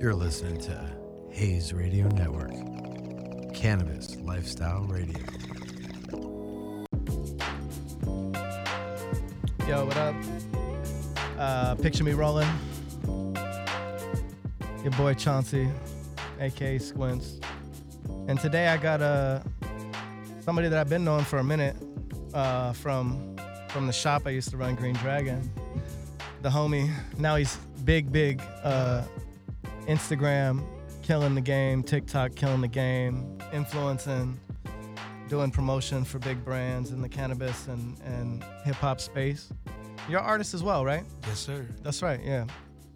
You're listening to Hayes Radio Network, Cannabis Lifestyle Radio. Yo, what up? Uh, picture me rolling. Your boy Chauncey, aka Squints. And today I got uh, somebody that I've been knowing for a minute uh, from from the shop I used to run, Green Dragon. The homie. Now he's big, big uh, Instagram, killing the game, TikTok, killing the game, influencing doing promotion for big brands in the cannabis and, and hip hop space. You're an artist as well, right? Yes, sir. That's right, yeah.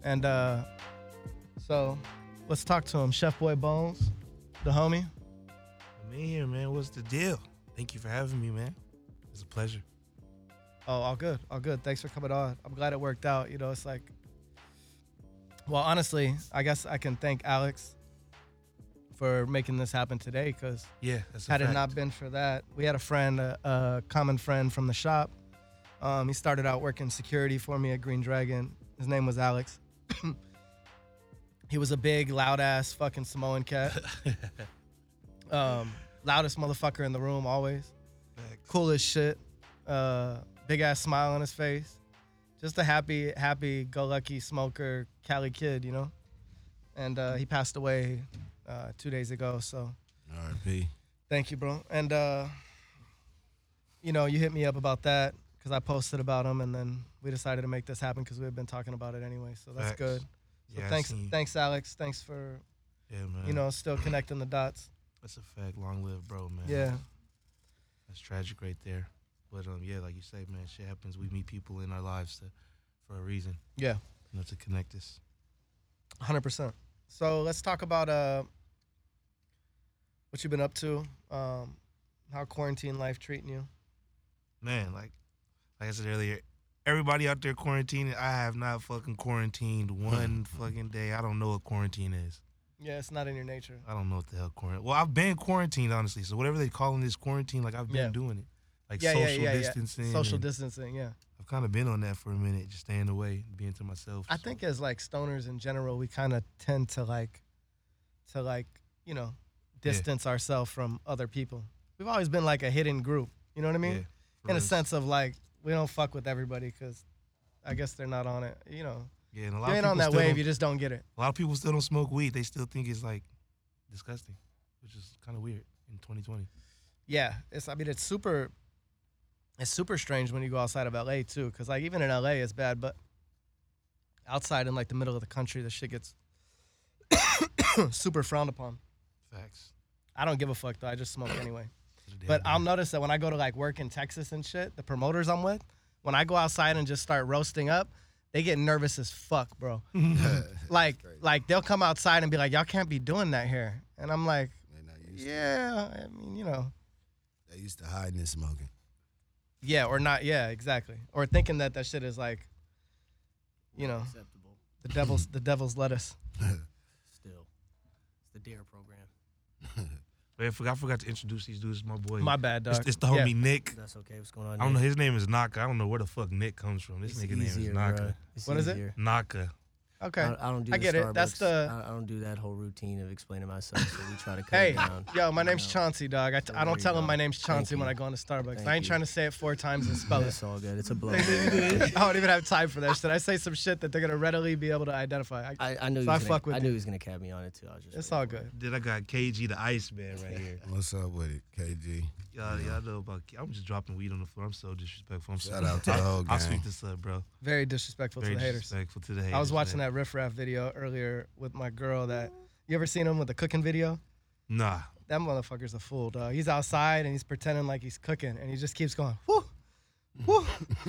And uh, so let's talk to him. Chef Boy Bones, the homie. I'm in here, man. What's the deal? Thank you for having me, man. It's a pleasure. Oh, all good, all good. Thanks for coming on. I'm glad it worked out. You know, it's like, well, honestly, I guess I can thank Alex for making this happen today because Yeah, that's a had fact. it not been for that, we had a friend, a, a common friend from the shop. Um, he started out working security for me at Green Dragon. His name was Alex. he was a big, loud ass fucking Samoan cat. um, loudest motherfucker in the room, always. Facts. Cool as shit. Uh, big ass smile on his face. Just a happy, happy go lucky smoker, Cali kid, you know? And uh, he passed away uh, two days ago, so. R.I.P. Thank you, bro. And uh, you know, you hit me up about that because I posted about him, and then we decided to make this happen because we had been talking about it anyway. So that's Facts. good. So Yeah, I thanks, seen you. thanks, Alex. Thanks for Yeah, man. you know still connecting the dots. that's a fact. Long live, bro, man. Yeah, that's tragic right there. But um, yeah, like you say, man, shit happens. We meet people in our lives to, for a reason. Yeah. you know, to connect us. hundred percent. So let's talk about uh, what you've been up to, um, how quarantine life treating you. Man, like, like I said earlier, everybody out there quarantining. I have not fucking quarantined one fucking day. I don't know what quarantine is. Yeah, it's not in your nature. I don't know what the hell quarantine. Well, I've been quarantined honestly. So whatever they calling this quarantine, like I've been Yeah. doing it, like yeah, social yeah, yeah, distancing. yeah. Social and distancing. Yeah. I've kind of been on that for a minute, just staying away, being to myself. I so- think as like stoners in general, we kind of tend to like, to like, you know, Yeah. distance ourselves from other people. We've always been like a hidden group. You know what I yeah, mean? for in a reals. sense of like, we don't fuck with everybody because I guess they're not on it. You know, Yeah, and a lot you of ain't people on that still wave. don't- You just don't get it. a lot of people still don't smoke weed. They still think it's like disgusting, which is kind of weird in 2020. Yeah, it's. I mean, it's super. It's super strange when you go outside of LA too, because like even in LA it's bad, but outside in like the middle of the country, the shit gets super frowned upon. Facts. I don't give a fuck though. I just smoke anyway. To the day But I I'll die. notice that when I go to like work in Texas and shit, the promoters I'm with, when I go outside and just start roasting up, they get nervous as fuck, bro. like, crazy. like they'll come outside and be like, "Y'all can't be doing that here," and I'm like, Man, I used, "Yeah, I mean, you know, to, they used to hiding and smoking. yeah, or not, yeah, exactly, or thinking that that shit is like, you know, acceptable the devil's the devil's lettuce." still. It's the DARE program. Wait, I forgot, I forgot to introduce these dudes. My boy. My bad, It's, dog. it's the Yeah. homie Nick. That's okay. What's going on? I don't know. His name is Naka. I don't know where the fuck Nick comes from. This nigga name is Naka. What is it? Naka. Okay. I, I don't do. I the get it. That's Starbucks. the- I, I don't do that whole routine of explaining myself. So we try to cut Hey, it down. yo, my you name's know. Chauncey, dog. I, t- So I there don't you tell them go. my name's Thank Chauncey when you. I go into Starbucks. Thank I ain't you. trying to say it four times and spell it. That's all good. It's a blow. I don't even have time for that shit. I say some shit that they're gonna readily be able to identify. I, I, I So knew. he was I gonna, fuck with I knew you. he was gonna cap me on it too. I was just. it's all waiting for good. Then I got KG the Iceman right here. What's up with it, KG? Y'all, y'all know about. K- I'm just dropping weed on the floor. I'm so disrespectful. I'm Shout so, out to the I'll- whole I'll sweep gang. this up, bro. Very disrespectful Very to the haters. disrespectful to the haters. I was watching man. that Riff Raff video earlier with my girl. That you ever seen him with the cooking video? Nah. That motherfucker's a fool, dog. He's outside and he's pretending like he's cooking, and he just keeps going. Whoo, whoo.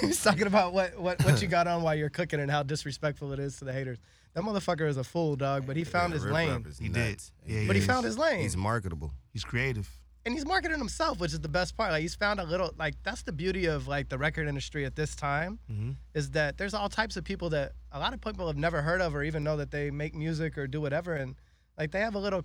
he's talking about what, what what you got on while you're cooking and how disrespectful it is to the haters. That motherfucker is a fool, dog. But he found his Rip lane. Rap is He did. nuts. Yeah, But he is. found his lane. He's marketable. He's creative. and he's marketing himself, which is the best part. Like he's found a little like that's the beauty of like the record industry at this time Mhm. is that there's all types of people that a lot of people have never heard of or even know that they make music or do whatever, and like they have a little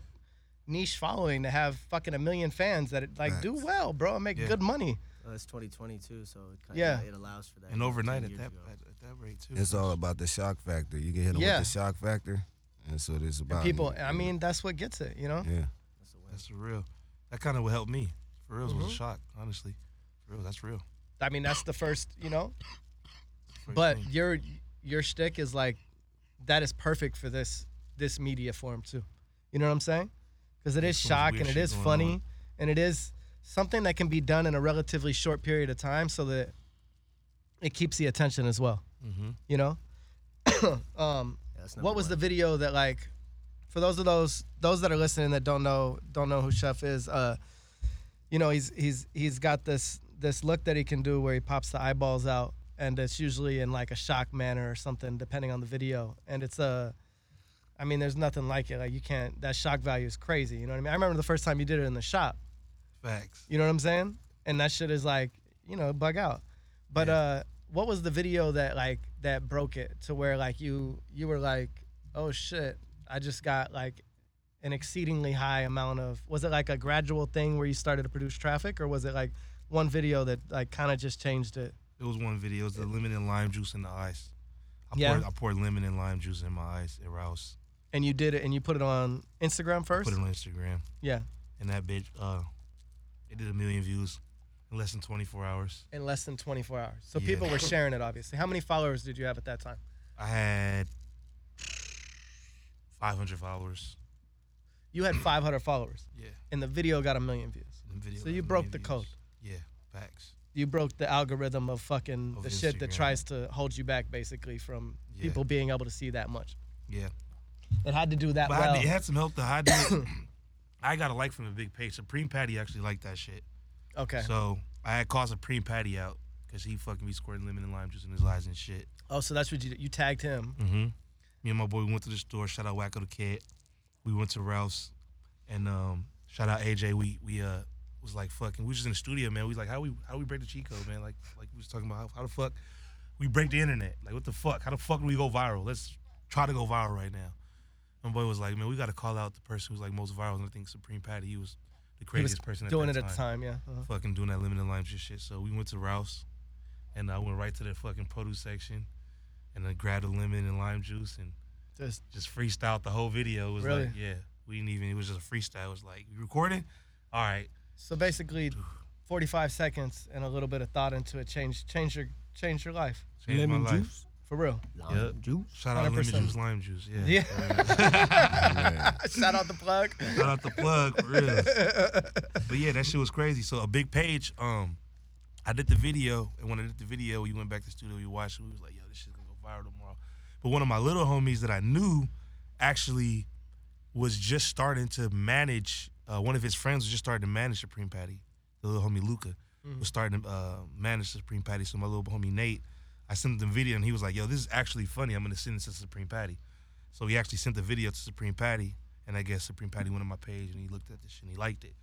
niche following to have fucking a million fans that like do Facts. well, bro, and make Yeah. good money. Well, "Oh, it's 2022, so it kind Yeah. of, it allows for that. And you know, overnight 10 at years that ago. at, at that rate too. It's all about the shock factor. You can hit him Yeah. with the shock factor. and so this about And people, nigga. I mean, that's what gets it, you know? yeah, That's the way. That's real. That kind of would help me. For real, it was Mhm. a shock, honestly. For real, that's real. I mean, that's the first, you know? First But thing. your your shtick is like that is perfect for this this media form too. You know what I'm saying? Because it is so much shock weird and it shit is going funny on. and it is something that can be done in a relatively short period of time, so that it keeps the attention as well. Mhm. You know. um, Yeah, that's what number was the one. video that like for those of those those that are listening that don't know don't know who chef is uh you know he's he's he's got this this look that he can do where he pops the eyeballs out and it's usually in like a shock manner or something depending on the video and it's a I mean there's nothing like it like you can't that shock value is crazy you know what I mean I remember the first time you did it in the shop Facts. you know what I'm saying? And that shit is like, you know, bug out. But uh what was the video that like that broke it to where like you you were like, "Oh shit, I just got like an exceedingly high amount of was it like a gradual thing where you started to produce traffic or was it like one video that like kind of just changed it? It was one video. It was the lemon and lime juice in the ice. I Yeah. poured I poured lemon and lime juice in my ice at Rouse. And you did it and you put it on Instagram first? Put it on Instagram. yeah, And that bitch, uh, it did a million views in less than 24 hours. in less than 24 hours. So Yeah. people were sharing it obviously. How many followers did you have at that time? I had 500 followers. You had 500 followers Yeah. and the video got a million views. The video So got you a broke million the views. code. Yeah, facts. you broke the algorithm of fucking Of the shit that Instagram. tries to hold you back basically from Yeah. people being able to see that much. Yeah. It had to do that But well. I did, it had some help though. I did. I got a like from the big page. Supreme Patty actually liked that shit. okay. So I had called Supreme Patty out because he fucking be squirting lemon and lime juice in his eyes and shit. oh, so that's what you did. You tagged him. Mm-hmm. Me and my boy went to the store. Shout out Wacko the Kid. We went to Ralph's, and um, shout out AJ. We we uh was like fucking. We was just in the studio, man. We was like, how we how we break the cheat code, man. Like like we was talking about how, how the fuck we break the internet. Like what the fuck? How the fuck do we go viral? Let's try to go viral right now. My boy was like, man, we got to call out the person who's like most viral. And I think Supreme Patty, he was He the was craziest person at doing that it at the time, yeah. Uh-huh. fucking doing that limited lime juice shit. So we went to Ralph's, and I went right to the fucking produce section, and I grabbed a lemon and lime juice and Just just freestyled the whole video. It was like, Really? yeah, we didn't even. It was just a freestyle. It was like, you recording? All right, so basically 45 seconds and a little bit of thought into it change change your change your life. changed my life. For real. Lime Yep. juice. Shout out lemon 100%. juice, lime juice. Yeah. Yeah. yeah. Shout out the plug. Shout out the plug for real. but yeah, that shit was crazy. So a big page. Um, I did the video, and when I did the video, we went back to the studio, we watched it. We was like, "Yo, this shit's gonna go viral tomorrow." But one of my little homies that I knew actually was just starting to manage. Uh, one of his friends was just starting to manage Supreme Patty. The little homie Luca was starting to uh, manage Supreme Patty. So my little homie Nate, I sent him the video, and he was like, "Yo, this is actually funny. I'm gonna send this to Supreme Patty." So he actually sent the video to Supreme Patty, and I guess Supreme Patty went on my page and he looked at this shit and he liked it.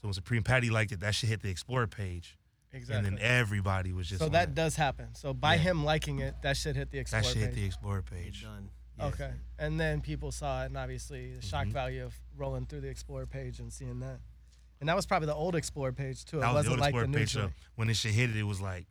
So when Supreme Patty liked it, that shit hit the Explorer page, exactly. and then everybody was just so on that that, does happen. So by Yeah. him liking it, that shit hit the explore that shit hit page. the Explorer You're page. done. Yeah. Okay. And then people saw it, and obviously the shock Mhm. value of rolling through the Explorer page and seeing that. And that was probably the old Explorer page, too. It That was wasn't the old like Explorer the new page. So joint. when this shit hit it, it was like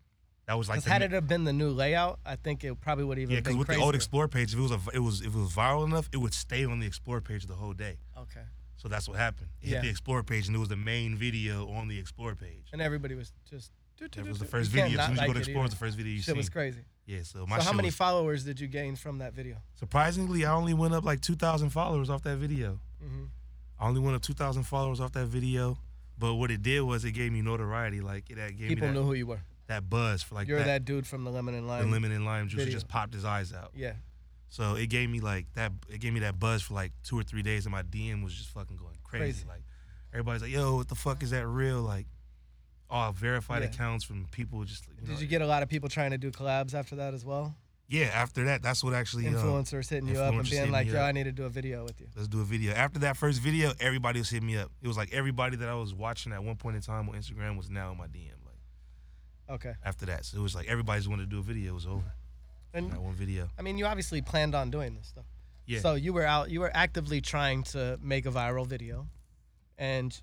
that was like 'Cause the had mi- it have been the new layout, I think it probably would even yeah, been because with crazier. the old Explorer page, if it was a, it was if it was viral enough, it would stay on the Explorer page the whole day. Okay. So that's what happened. It Yeah. hit the Explorer page, and it was the main video on the Explorer page. And everybody was just. doo, doo, That doo, was the doo. first You can't video. As not soon as you go like to it Explorer, it's either. the first video you Shit see. was crazy. Yeah, so my so, how shit many was followers did you gain from that video? Surprisingly, I only went up like 2,000 followers off that video. Mhm. I only went up 2,000 followers off that video. But what it did was it gave me notoriety. Like, it that gave People me that, knew who you were. that buzz for like You're that, that, dude from the Lemon and the Lime. lemon and lime juice. It video. just popped his eyes out. Yeah. So it gave me like that. It gave me that buzz for like two or three days, and my DM was just fucking going crazy. Crazy. Like everybody's like, "Yo, what the fuck is that real?" Like all verified Yeah. accounts from people. Just you know, Did you get a lot of people trying to do collabs after that as well? yeah. After that, that's what actually uh, Influencers hitting you up and influencers hit being like, me yo, up. I need to do a video with you. Let's do a video. After that first video, everybody was hitting me up. It was like everybody that I was watching at one point in time on Instagram was now in my DM. Like Okay. after that, so it was like everybody's wanted to do a video. It was over. And That one video. I mean, you obviously planned on doing this stuff. Yeah. So you were out, you were actively trying to make a viral video, and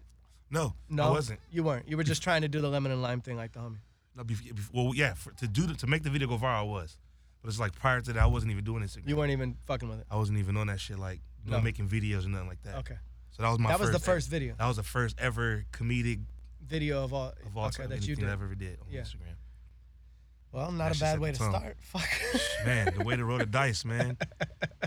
no, no, I wasn't. You weren't. You were just trying to do the lemon and lime thing, like the homie. No, bef- bef- well, yeah. For, to do the, to make the video go viral, I was. But it's like prior to that, I wasn't even doing Instagram. You weren't even fucking with it. I wasn't even on that shit, like you know, No. making videos or nothing like that. Okay. So that was my. that was first the first video. That was the first ever comedic Video of all, of all okay, time that you anything did. I've ever did on Yeah. Instagram. Well, not That a shit's bad at way the to tongue. start. Fuck. Man, the way to roll the dice, man.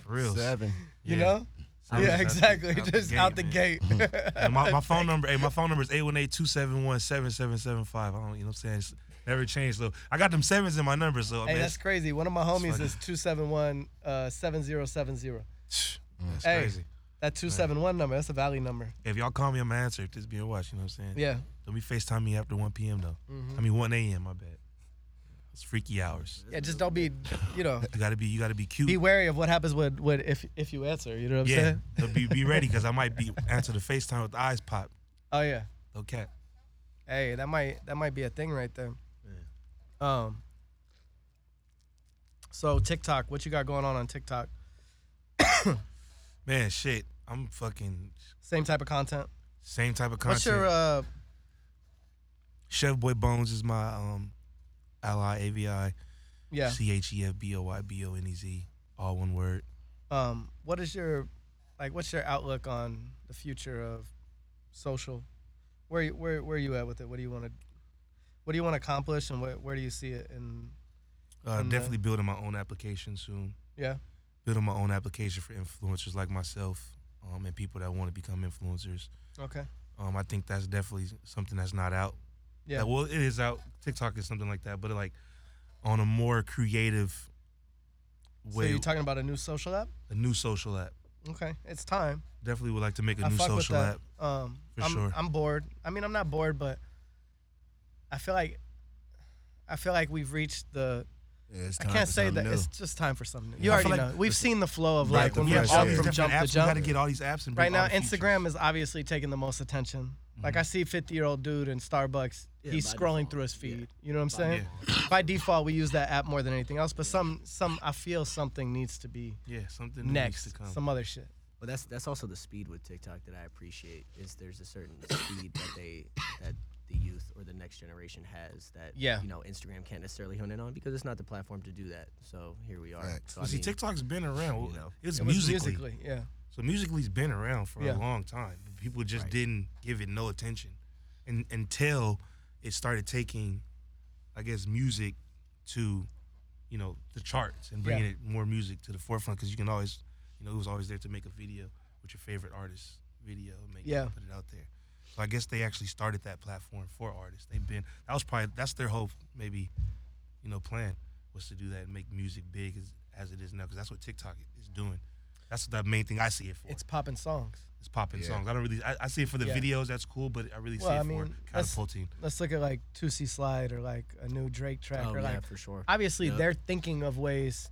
For real. Seven. you know? Seven yeah, is out the- exactly. Just out the man. gate. And my, my phone number, hey, my phone number is 818-271-7775. I don't, you know what I'm saying? It's never changed. So I got them sevens in my number. So Hey, man, that's crazy. One of my homies fucking- is 271 uh, 7070. that's, that's Hey. crazy. That 271 number, that's a valley number. If y'all call me, I'm gonna answer. If this being watched, you know what I'm saying? Yeah. Mm-hmm. Don't be FaceTime me after 1 p.m. though. I mean 1 a.m. My bad. It's freaky hours. Yeah, just don't be, you know, You gotta be, you gotta be cute. be wary of what happens with, with if if you answer. You know what I'm yeah, saying? so be be ready because I might be answer the FaceTime with the eyes pop. Oh yeah. Okay. Hey, that might that might be a thing right there. Um. So TikTok, what you got going on on TikTok? Man, shit. I'm fucking Same type of content. same type of content. What's your uh? Chef Boy Bones is my um ally A V I Yeah. C H E F B O Y B O N E Z. All one word. Um. What is your like? What's your outlook on the future of social? Where you- where where are you at with it? What do you want to? What do you want to accomplish, and where where do you see it? And Uh, And, uh, definitely building my own application soon. yeah. Building my own application for influencers like myself, um, and people that want to become influencers. Okay. Um, I think that's definitely something that's not out. Yeah. Like, well, it is out. TikTok is something like that, but like on a more creative so way, you're talking about a new social app? a new social app. Okay, it's time. Definitely would like to make a I new fuck social with that. app. Um, For I'm, sure. I'm bored. I mean, I'm not bored, but I feel like I feel like we've reached the. Yeah, it's I time can't for say something that. new. It's just time for something. New. I You already feel know. like- We've seen the flow of Right, like the when We we have all fresh jump air. these from different jump to apps. We got to jump. get all these apps and Right bring now, all the features. Mm-hmm. Instagram is obviously taking the most attention. Like I see 50 year old dude in Starbucks. Yeah, he's by scrolling default. through his Yeah. feed. You know what I'm saying? By default, we use that app more than anything else. But some some I feel something needs to be Yeah, something next next. to come. Some other shit. But that's that's also the speed with TikTok that I appreciate is there's a certain speed that they that the youth or the next generation has that Yeah. you know Instagram can't necessarily hone in on because it's not the platform to do that. So here we are. Facts. So, Well, see, mean, TikTok's been around. you know. It's It was musically. musically, yeah. So musically's been around for Yeah. a long time. but People just Right. didn't give it no attention, and until it started taking, I guess, music to, you know, the charts and bringing Yeah. it more music to the forefront because you can always, you know, it was always there to make a video with your favorite artist video, and make Yeah. it, put it out there. So I guess they actually started that platform for artists. They've been that was probably that's their hope maybe, you know, plan was to do that and make music big as, as it is now because that's what TikTok i- is doing. That's the main thing I see it for. It's It's, popping songs. popping Yeah. songs. I don't really I, I see it for the Yeah. videos. That's cool, but I really Well, see it I for mean, that's- catapulting. let's look at like 2C Slide or like a new Drake track oh or yeah, like for sure. obviously Yep. they're thinking of ways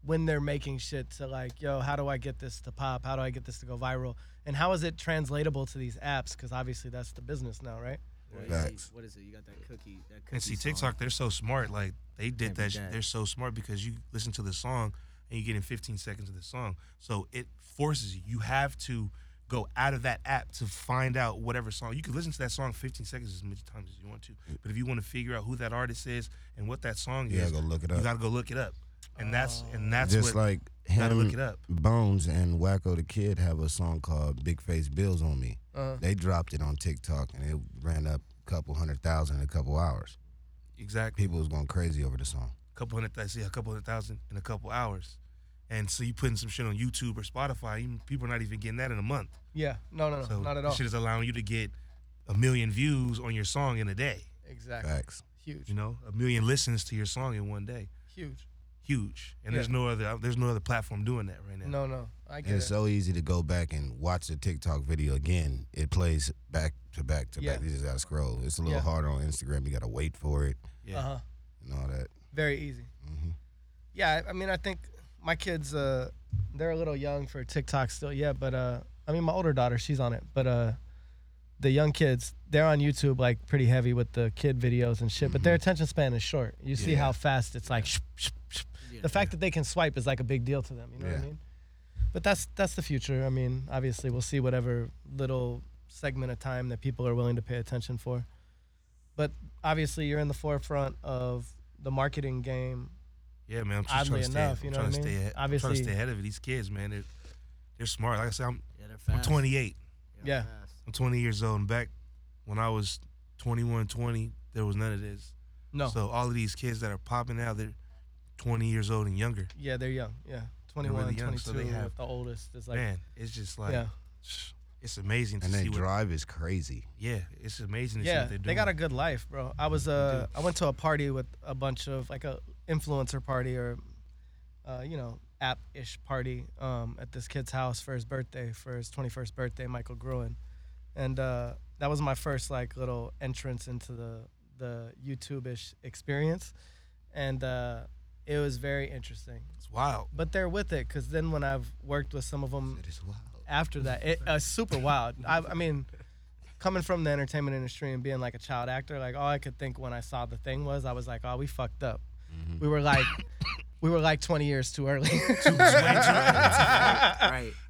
when they're making shit to like yo how do I get this to pop how do I get this to go viral and how is it translatable to these apps cuz obviously that's the business now right Or you Facts. see- what is it? You got that cookie. That cookie And see song. TikTok, they're so smart. Like they did Can't be that. sh- that. They're so smart because you listen to the song and you get in 15 seconds of the song. So it forces you. You have to go out of that app to find out whatever song. You can listen to that song 15 seconds as many times as you want to. But if you want to figure out who that artist is and what that song Yeah, is, go look it you up. got to go look it up. And that's and that's what Just like you got to him, look it up. Bones and Wacko the Kid have a song called "Big Face Bills on Me." Uh-huh. They dropped it on TikTok and it ran up a couple hundred thousand in a couple hours. Exactly. People was going crazy over the song. A couple hundred thousand, see, a couple hundred thousand in a couple hours. And so you putting some shit on YouTube or Spotify, even, people are not even getting that in a month. yeah no no no So not at this all Shit is allowing you to get a million views on your song in a day. exactly Facts. huge You know, a million listens to your song in one day. huge Huge. And there's Yeah. no other there's no other platform doing that right now. no no I And get it's it so easy to go back and watch the TikTok video again. It plays back to back to Yeah. back. You just gotta scroll. It's a little Yeah. harder on Instagram. You gotta wait for it Yeah. uh-huh and all that. very easy hmm yeah I, I mean I think my kids uh they're a little young for TikTok still yeah but uh I mean my older daughter she's on it but uh the young kids they're on YouTube like pretty heavy with the kid videos and shit, but their attention span is short. You see how fast it's like. Yeah. The fact that they can swipe is like a big deal to them. You know what I Yeah. mean? But that's that's the future. I mean, obviously we'll see whatever little segment of time that people are willing to pay attention for. But obviously you're in the forefront of the marketing game Yeah, man. I'm just Oddly trying to stay, enough, I'm you know trying what I to mean? Stay ahead, I'm trying Obviously- to stay ahead of it. These kids, man, they're, they're smart. Like I said, I'm, Yeah, they're fast. I'm 28. Yeah. they're fast. I'm 20 years old. And back when I was 21, 20, there was none of this. No. So all of these kids that are popping out, they're 20 years old and younger. yeah, they're young. Yeah. really 21, young, 22 so they have- with the oldest is like man, it's just like, Yeah. it's amazing to And see that what. drive is crazy. yeah, it's amazing to see Yeah, what they're doing. they got a good life, bro. I was uh do. I went to a party with a bunch of like a influencer party or uh you know, app ish party um at this kid's house for his birthday, for his 21st birthday, Michael Gruen. And uh that was my first like little entrance into the the YouTube-ish experience. And uh it was very interesting. it's wild. But they're with it cuz then when I've worked with some of them It is wild. Ah. after that. It, uh, super wild. I, I mean, coming from the entertainment industry and being like a child actor, like all I could think when I saw the thing was, I was like, oh, we fucked up. We were like, we were like 20 years too early. right.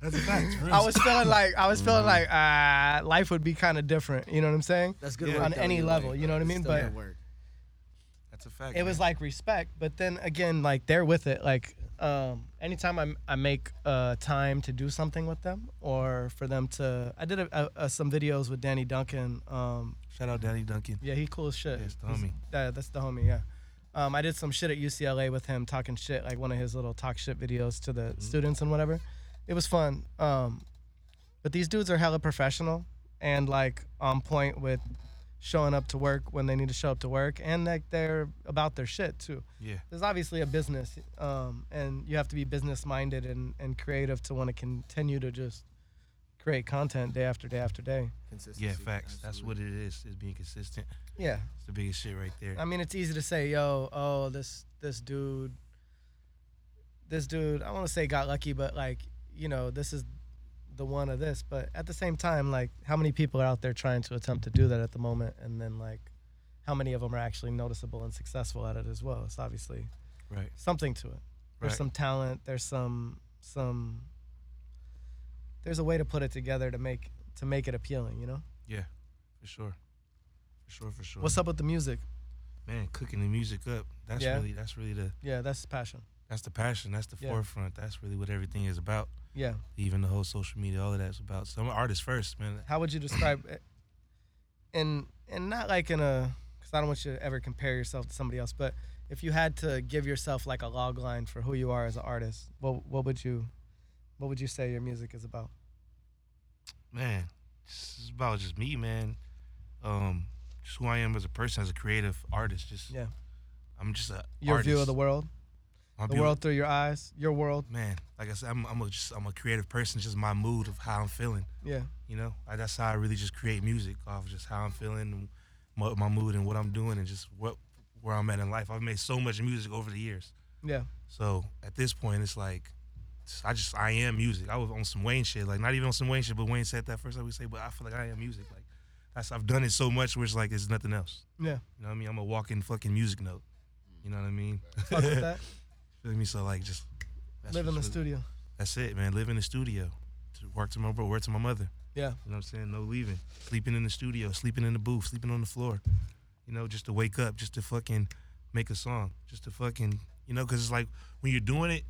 That's a fact. I was feeling like I was feeling like uh, life would be kind of different. You know what I'm saying? That's good Yeah. work On though, any either level, way, you know bro. what I It's mean? still But- good work. That's a fact. It was like respect, but then again, like they're with it. Like um, anytime I, I make uh, time to do something with them or for them to, I did a, a, a, some videos with Danny Duncan um, shout out Danny Duncan. Yeah, he cool as shit. Yeah, it's the He's- homie. that- that's the homie, yeah. Um, I did some shit at UCLA with him talking shit, like one of his little talk shit videos to the Mm. students and whatever. It was fun. Um, but these dudes are hella professional and like on point with showing up to work when they need to show up to work and like they're about their shit too. Yeah. There's obviously a business um, and you have to be business minded and, and creative to want to continue to just create content day after day after day. Consistency. Yeah, facts. That's what it is. Is being consistent. Yeah. It's the biggest shit right there. I mean, it's easy to say, yo, oh, this this dude, this dude. I want to say got lucky, but like, you know, this is the one of this. But at the same time, like, how many people are out there trying to attempt to do that at the moment, and then like, how many of them are actually noticeable and successful at it as well? It's obviously Right. something to it. There's Right. some talent. There's some some. There's a way to put it together to make to make it appealing. You know, Yeah. For sure. For sure. For sure. what's up with the music? man? Cooking the music up. That's Yeah. really. That's really the. Yeah, that's passion. That's the passion. That's the Yeah. forefront. That's really what everything is about. Yeah. Even the whole social media, all of that's about. So I'm an artist first, man. how would you describe it? and and not like in a because i don't want you to ever compare yourself to somebody else but if you had to give yourself like a log line for who you are as an artist what what would you what would you say your music is about man, it's about just me, man. Um, just who I am as a person, as a creative artist. Just Yeah. I'm just a your view of the world. world the world through your eyes your world man. Like I said, I'm, I'm a just I'm a creative person. It's just my mood of how I'm feeling. yeah You know, like that's how I really just create music off just how I'm feeling, and my, my mood, and what I'm doing, and just what where I'm at in life. I've made so much music over the years. yeah So at this point, it's like I just I am music. I was on some Wayne shit, like not even on some Wayne shit, but Wayne said that first. I would say, but I feel like I am music. Like that's I've done it so much, where it's like there's nothing else. yeah You know what I mean? I'm a walking fucking music note. You know what I mean? fuck with that Feel me? So like just that's live in the what's- studio That's it, man. Live in the studio. To work to my bro, work to my mother. yeah You know what I'm saying? No leaving. Sleeping in the studio, sleeping in the booth, sleeping on the floor. You know, just to wake up, just to fucking make a song, just to fucking, you know, because it's like when you're doing it,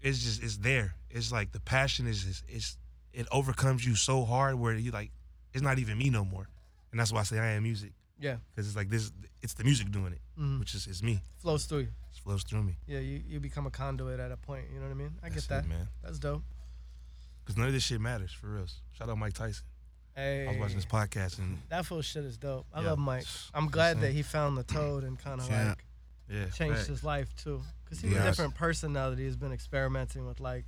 it's just it's there. It's like the passion is is, is it overcomes you so hard where you like it's not even me no more, and that's why I say I am music yeah because it's like this it's the music doing it, Mhm. which is is me. flows through you It flows through me. yeah you, you become a conduit at a point you know what i mean i That's get that it, man. that's dope Because none of this shit matters for reals. Shout out Mike Tyson. hey I was watching this podcast and That full shit is dope. I Yeah. love Mike. I'm That's glad it. that he found the toad and kind of Yeah. like yeah, changed facts. his life too. Cause he's a Yes. different person now that he's been experimenting with like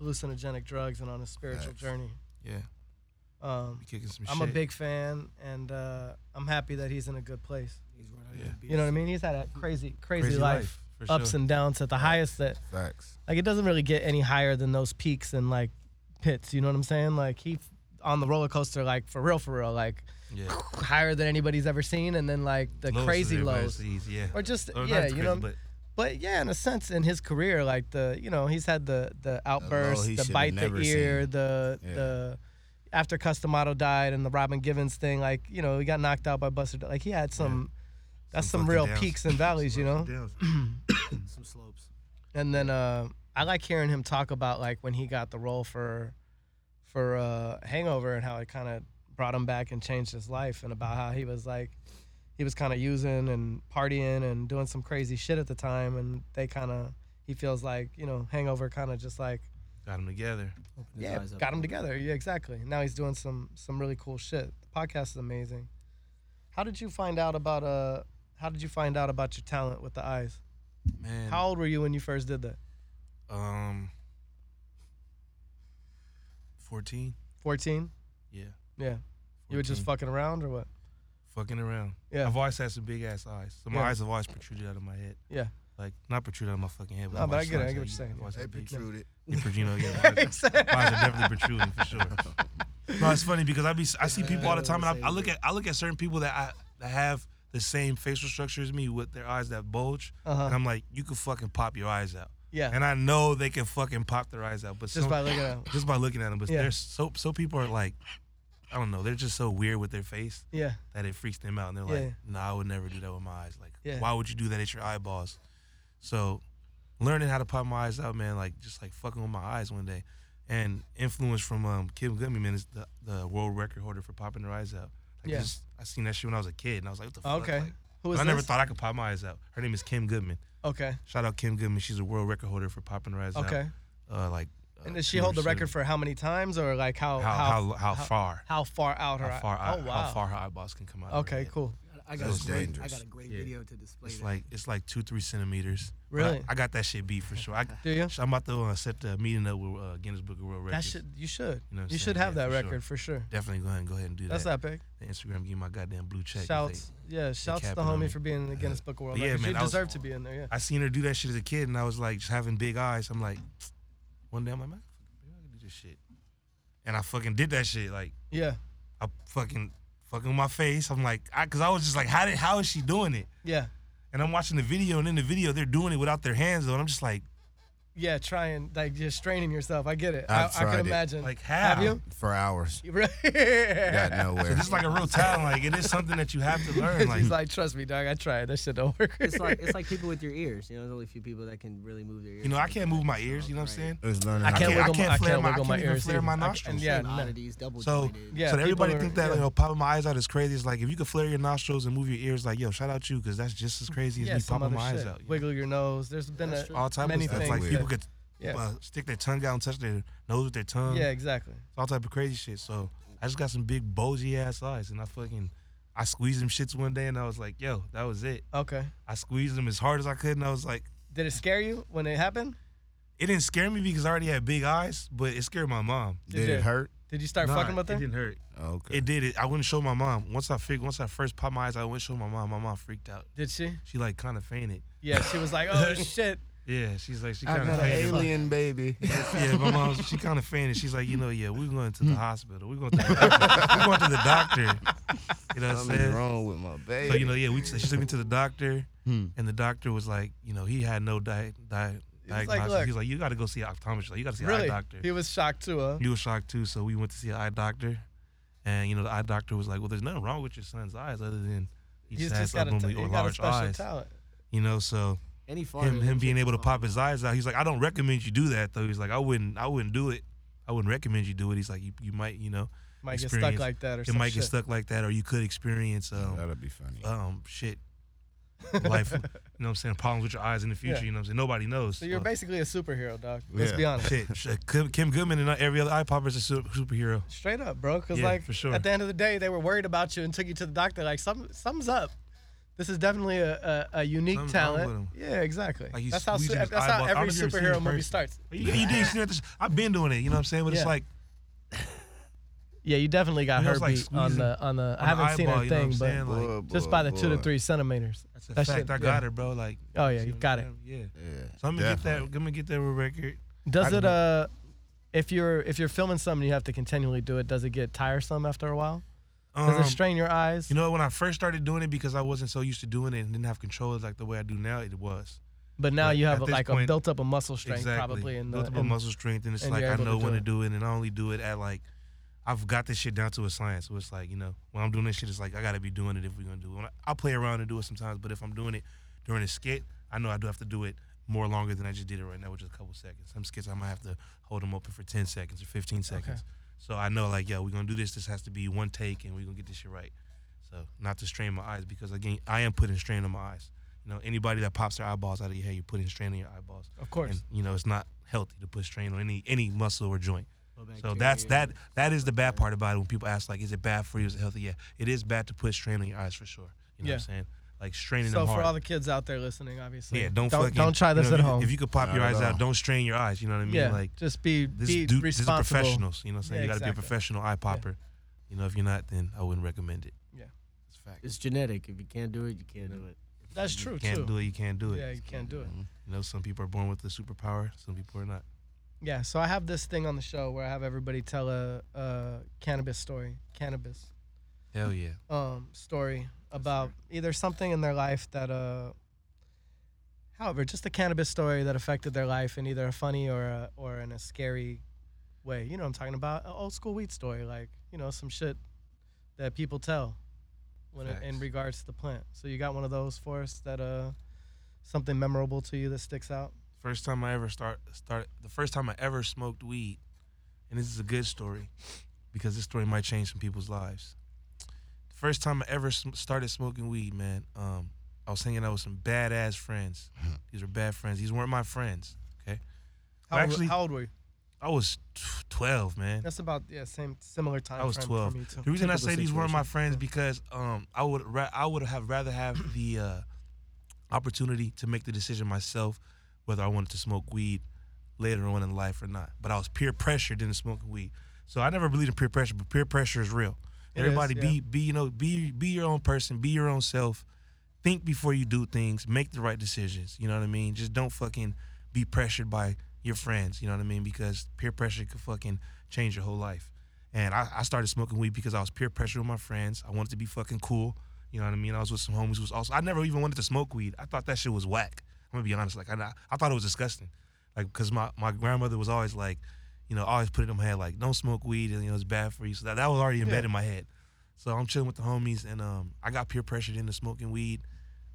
hallucinogenic drugs and on a spiritual Facts. journey. yeah. Um, We kicking some I'm shit. a big fan, and uh, I'm happy that he's in a good place. He's running Yeah. out of beats. You know what I mean? He's had a crazy, crazy, life, for ups sure. and downs at the highest that Facts. like it doesn't really get any higher than those peaks and like pits. You know what I'm saying? Like he f- on the roller coaster, like for real, for real, like yeah. higher than anybody's ever seen, and then like the Lowest is crazy everybody lows. sees, yeah. or just Or not yeah, crazy, you know. But, but yeah, in a sense, in his career, like the you know he's had the the outburst, he the, should've bite the never ear, seen. the Yeah. the after Customato died and the Robin Givens thing, like you know he got knocked out by Buster. Like he had some. That's some, fucking real downs. peaks and valleys, you know. Downs. Some some slopes. And then uh, I like hearing him talk about like when he got the role for for uh, Hangover and how it kind of brought him back and changed his life and about how he was like he was kind of using and partying and doing some crazy shit at the time and they kind of he feels like you know Hangover kind of just like Got them together. His yeah eyes up got a him little bit. together yeah exactly now he's doing some some really cool shit the podcast is amazing how did you find out about uh how did you find out about your talent with the eyes Man. how old were you when you first did that Um. Fourteen. 14 Yeah. Yeah. You were just 14. fucking around or what? fucking around. Yeah. I've always had some big ass eyes, so my Yeah. eyes have always protruded out of my head. Yeah. Like not protruded out of my fucking head. No, I've but I always get it, had- I get what you're I've saying. always had big- protruded. Yeah, protruded, yeah. my eyes- my eyes are definitely protruding for sure. No, it's funny because I be I see people all the time, and I, I look at I look at certain people that I that have the same facial structure as me with their eyes that bulge, Uh and huh. I'm like, you can fucking pop your eyes out, Yeah. and I know they can fucking pop their eyes out, but just some- by looking at him. just by looking at them, but Yeah. they're so so people are like, I don't know, they're just so weird with their face Yeah. that it freaks them out and they're Yeah. like, nah, I would never do that with my eyes. Like, Yeah. why would you do that at your eyeballs? So learning how to pop my eyes out, man, like just like fucking with my eyes one day. And influence from um, Kim Gummy, man, is the, the world record holder for popping their eyes out. Like, Yeah. just, I seen that shit when I was a kid and I was like, what the fuck? Okay. Like, Who but is I never this? thought I could pop my eyes out. Her name is Kim Goodman. Okay. Shout out Kim Goodman. She's a world record holder for popping her eyes Okay. out. Uh, like, uh, And does she hold the 200 record for how many times or like how how, how how, how, how- far? how far out her? How far, eye- eye- oh wow. how far her eyeballs can come out. of her Okay. head. Cool. I got got, That's a a great, great- I dangerous. got a Yeah. video to display. It's like it's like two three centimeters. But Really? I, I got that shit beat for sure. I, Do you? I'm about to uh, set the meeting up with uh, Guinness Book of World That Records. should you should You know what I'm you should saying? have Yeah, that for record for sure. Definitely go ahead and go aad and do That's that. that big. The Instagram give me my goddamn blue check. 'cause Shouts, yeah, shouts to the capping on me. homie for being in the Guinness Book of World But yeah, Records. man, you I was- deserve to be in there. Yeah. they- I seen her do that shit as a kid, and I was like, just having big eyes. I'm like, one day I'm like, man, I can do this shit, and I fucking did that shit. Like, Yeah. I fucking fucking with my face. I'm like, I, cause I was just like, how did how is she doing it? Yeah. And I'm watching the video, and in the video they're doing it without their hands though, and I'm just like, Yeah. Trying like you're straining yourself. I get it. I, I've I tried can it. imagine. like how? have you? for hours. Got yeah. nowhere. It's like a real talent. Like it is something that you have to learn. Like, He's like, trust me, dog. I tried. That shit don't work. it's like it's like people with your ears. You know, there's only a few people that can really move their ears. you know, I like can't that, move my so, ears. You know what I'm right. saying? It's learning I how can't to- wiggle my- can't I flare can't my- I wiggle my can't even ears flare either. my I ca- nostrils. and yeah, Some no. oddities, double So- jointed. Yeah, so everybody people are- think that yeah. you know popping my eyes out is crazy. It's like if you could flare your nostrils and move your ears, like yo, shout out you because that's just as crazy as yeah, me some popping other my eyes shit. out. you know? Wiggle your nose. There's been That's a true. All type many of stuff. things. Like that- people could yeah. uh, stick their tongue out and touch their nose with their tongue. yeah, exactly. all type of crazy shit. So I just got some big bulgy ass eyes, and I fucking I squeezed them shits one day, and I was like, yo, that was it. Okay. I squeezed them as hard as I could, and I was like. Did it scare you when it happened? It didn't scare me because I already had big eyes, but it scared my mom. Did it hurt? Did you start Nah, fucking with It them? didn't hurt. Okay. It did it. I wouldn't show my mom. Once I fig- once I first popped my eyes, I wouldn't show my mom. My mom freaked out. Did she? She like kind of fainted. Yeah, she was like, oh shit. Yeah, she's like she I kind of got an fainted. alien baby. yeah, my mom she kind of fainted. She's like, you know, yeah, we're going to the hospital. We're going to the doctor. we're going to the doctor. You know what I'm Something's saying? wrong with my baby. So you know, yeah, we she took me to the doctor, and the doctor was like, you know, he had no di- di- like, diagnosis. look. he was like, you got to go see an optometrist. Like, you got to see an eye Really? doctor. He was shocked too, huh? He was shocked too, so we went to see an eye doctor, and you know the eye doctor was like, "Well, there's nothing wrong with your son's eyes other than he He's just just has got a, t- abnormally he or got a large special eyes." talent. You know, so Any farther him than him being James able to Bond. pop his eyes out, he's like, "I don't recommend you do that though." He's like, "I wouldn't, I wouldn't do it. I wouldn't recommend you do it." He's like, "You, you might, you know, Might get stuck experience. like that or it something. might get stuck like that, or you could experience um, That'll be funny. um shit." life, you know what I'm saying? Problems with your eyes in the future, Yeah. you know what I'm saying? Nobody knows. So you're so. basically a superhero, dog. Let's Yeah. be honest. Shit, shit, Kim- Kim Goodman and every other eye popper is a su- superhero. Straight up, bro. Because Yeah, like for sure. at the end of the day, they were worried about you and took you to the doctor. Like some, something's up. This is definitely a, a, a unique Something's wrong with talent. 'em. Yeah, exactly. Like, he's that's how su- squeezing his that's how eyeball- I every don't think I've ever seen superhero a movie person. starts. You, you did see that. this- I've been doing it. You know what I'm saying? But Yeah. it's like Yeah, you definitely got You know, her it's like beat on squeezing the on the. I on the haven't seen her eyeball, you know thing, what but I'm saying? Like, Boy, just boy, by the two to boy. three centimeters. that's a That fact. shit- I yeah. got it, bro. Like. Oh, yeah, see you what got I'm it. saying? Yeah. Yeah. So I'm gonna definitely. get that. I'm gonna get that record. Does I it don't- uh, if you're if you're filming something, you have to continually do it. Does it get tiresome after a while? Does Um, it strain your eyes? You know, when I first started doing it, because I wasn't so used to doing it and didn't have control like the way I do now, it was but now like, you have at this like a point- built up a muscle strength exactly probably in the multiple in- muscle strength, and it's and like you're I able to know do when to it. do it, and I only do it at like I've got this shit down to a science. So it's like you know, when I'm doing this shit, it's like I gotta be doing it if we're gonna do it. When I, I'll play around and do it sometimes, but if I'm doing it during a skit, I know I do have to do it more longer than I just did it right now, which is a couple seconds. Some skits I might have to hold them open for ten seconds or fifteen seconds. So I know like, yo, we're gonna do this. This has to be one take, and we're gonna get this shit right. So not to strain my eyes because again, I am putting strain on my eyes. You know, anybody that pops their eyeballs out of your head, you're putting strain on your eyeballs. Of course. And you know, it's not healthy to put strain on any any muscle or joint. Low So bacteria that's that. and That is the bad part about it. When people ask, like, is it bad for you? Is it healthy? Yeah, it is bad to put strain on your eyes for sure. You know Yeah. what I'm saying? Like straining so them for hard. all the kids out there listening, obviously, yeah, don't don't, fucking, don't try you this know, at if you- home. If you could pop Not your at eyes out, all. don't strain your eyes. You know what I mean? yeah, Like just be this be dude, this is responsible. professionals. You know what I'm saying? Yeah, you got to be a exactly. professional eye popper. You know, if you're not, then I wouldn't recommend it. Yeah. it's a fact. It's genetic. If you can't do it, you can't do it. That's you true can't too. do it. You can't do it. Mm-hmm. Yeah, you can't do it. You know, some people are born with the superpower. Some people are not. Yeah, so I have this thing on the show where I have everybody tell a, a cannabis story, cannabis Hell yeah. um, story about either something in their life that, uh, however, just a cannabis story that affected their life in either a funny or a, or in a scary way. You know, what I'm talking about an old school weed story, like you know, some shit that people tell when it, in Facts. regards to the plant. So you got one of those for us that uh, something memorable to you that sticks out. First time I ever start start the first time I ever smoked weed, and this is a good story, because this story might change some people's lives. The first time I ever sm- started smoking weed, man, um, I was hanging out with some badass friends. Hmm. These were bad friends. These weren't my friends. Okay, How, Well, old- actually- how old were you? I was t- twelve, man. That's about yeah, same similar time. I was frame twelve. For me too. The reason I Typical say these weren't my situation. friends because um, I would ra- I would have rather have the uh, opportunity to make the decision myself whether I wanted to smoke weed later on in life or not. But I was peer pressured into smoking weed, so I never believed in peer pressure. But peer pressure is real. It is, Everybody yeah. be be you know be be your own person, be your own self. Think before you do things. Make the right decisions. You know what I mean. Just don't fucking be pressured by your friends. You know what I mean because peer pressure could fucking change your whole life. And I, I started smoking weed because I was peer pressure with my friends. I wanted to be fucking cool. You know what I mean? I was with some homies who was also. I never even wanted to smoke weed. I thought that shit was whack. I'm gonna be honest. Like I, I thought it was disgusting. Like because my, my grandmother was always like, you know, always put it in my head like, don't smoke weed. And, you know, it's bad for you. So that, that was already embedded in my head. So I'm chilling with the homies and um, I got peer pressured into smoking weed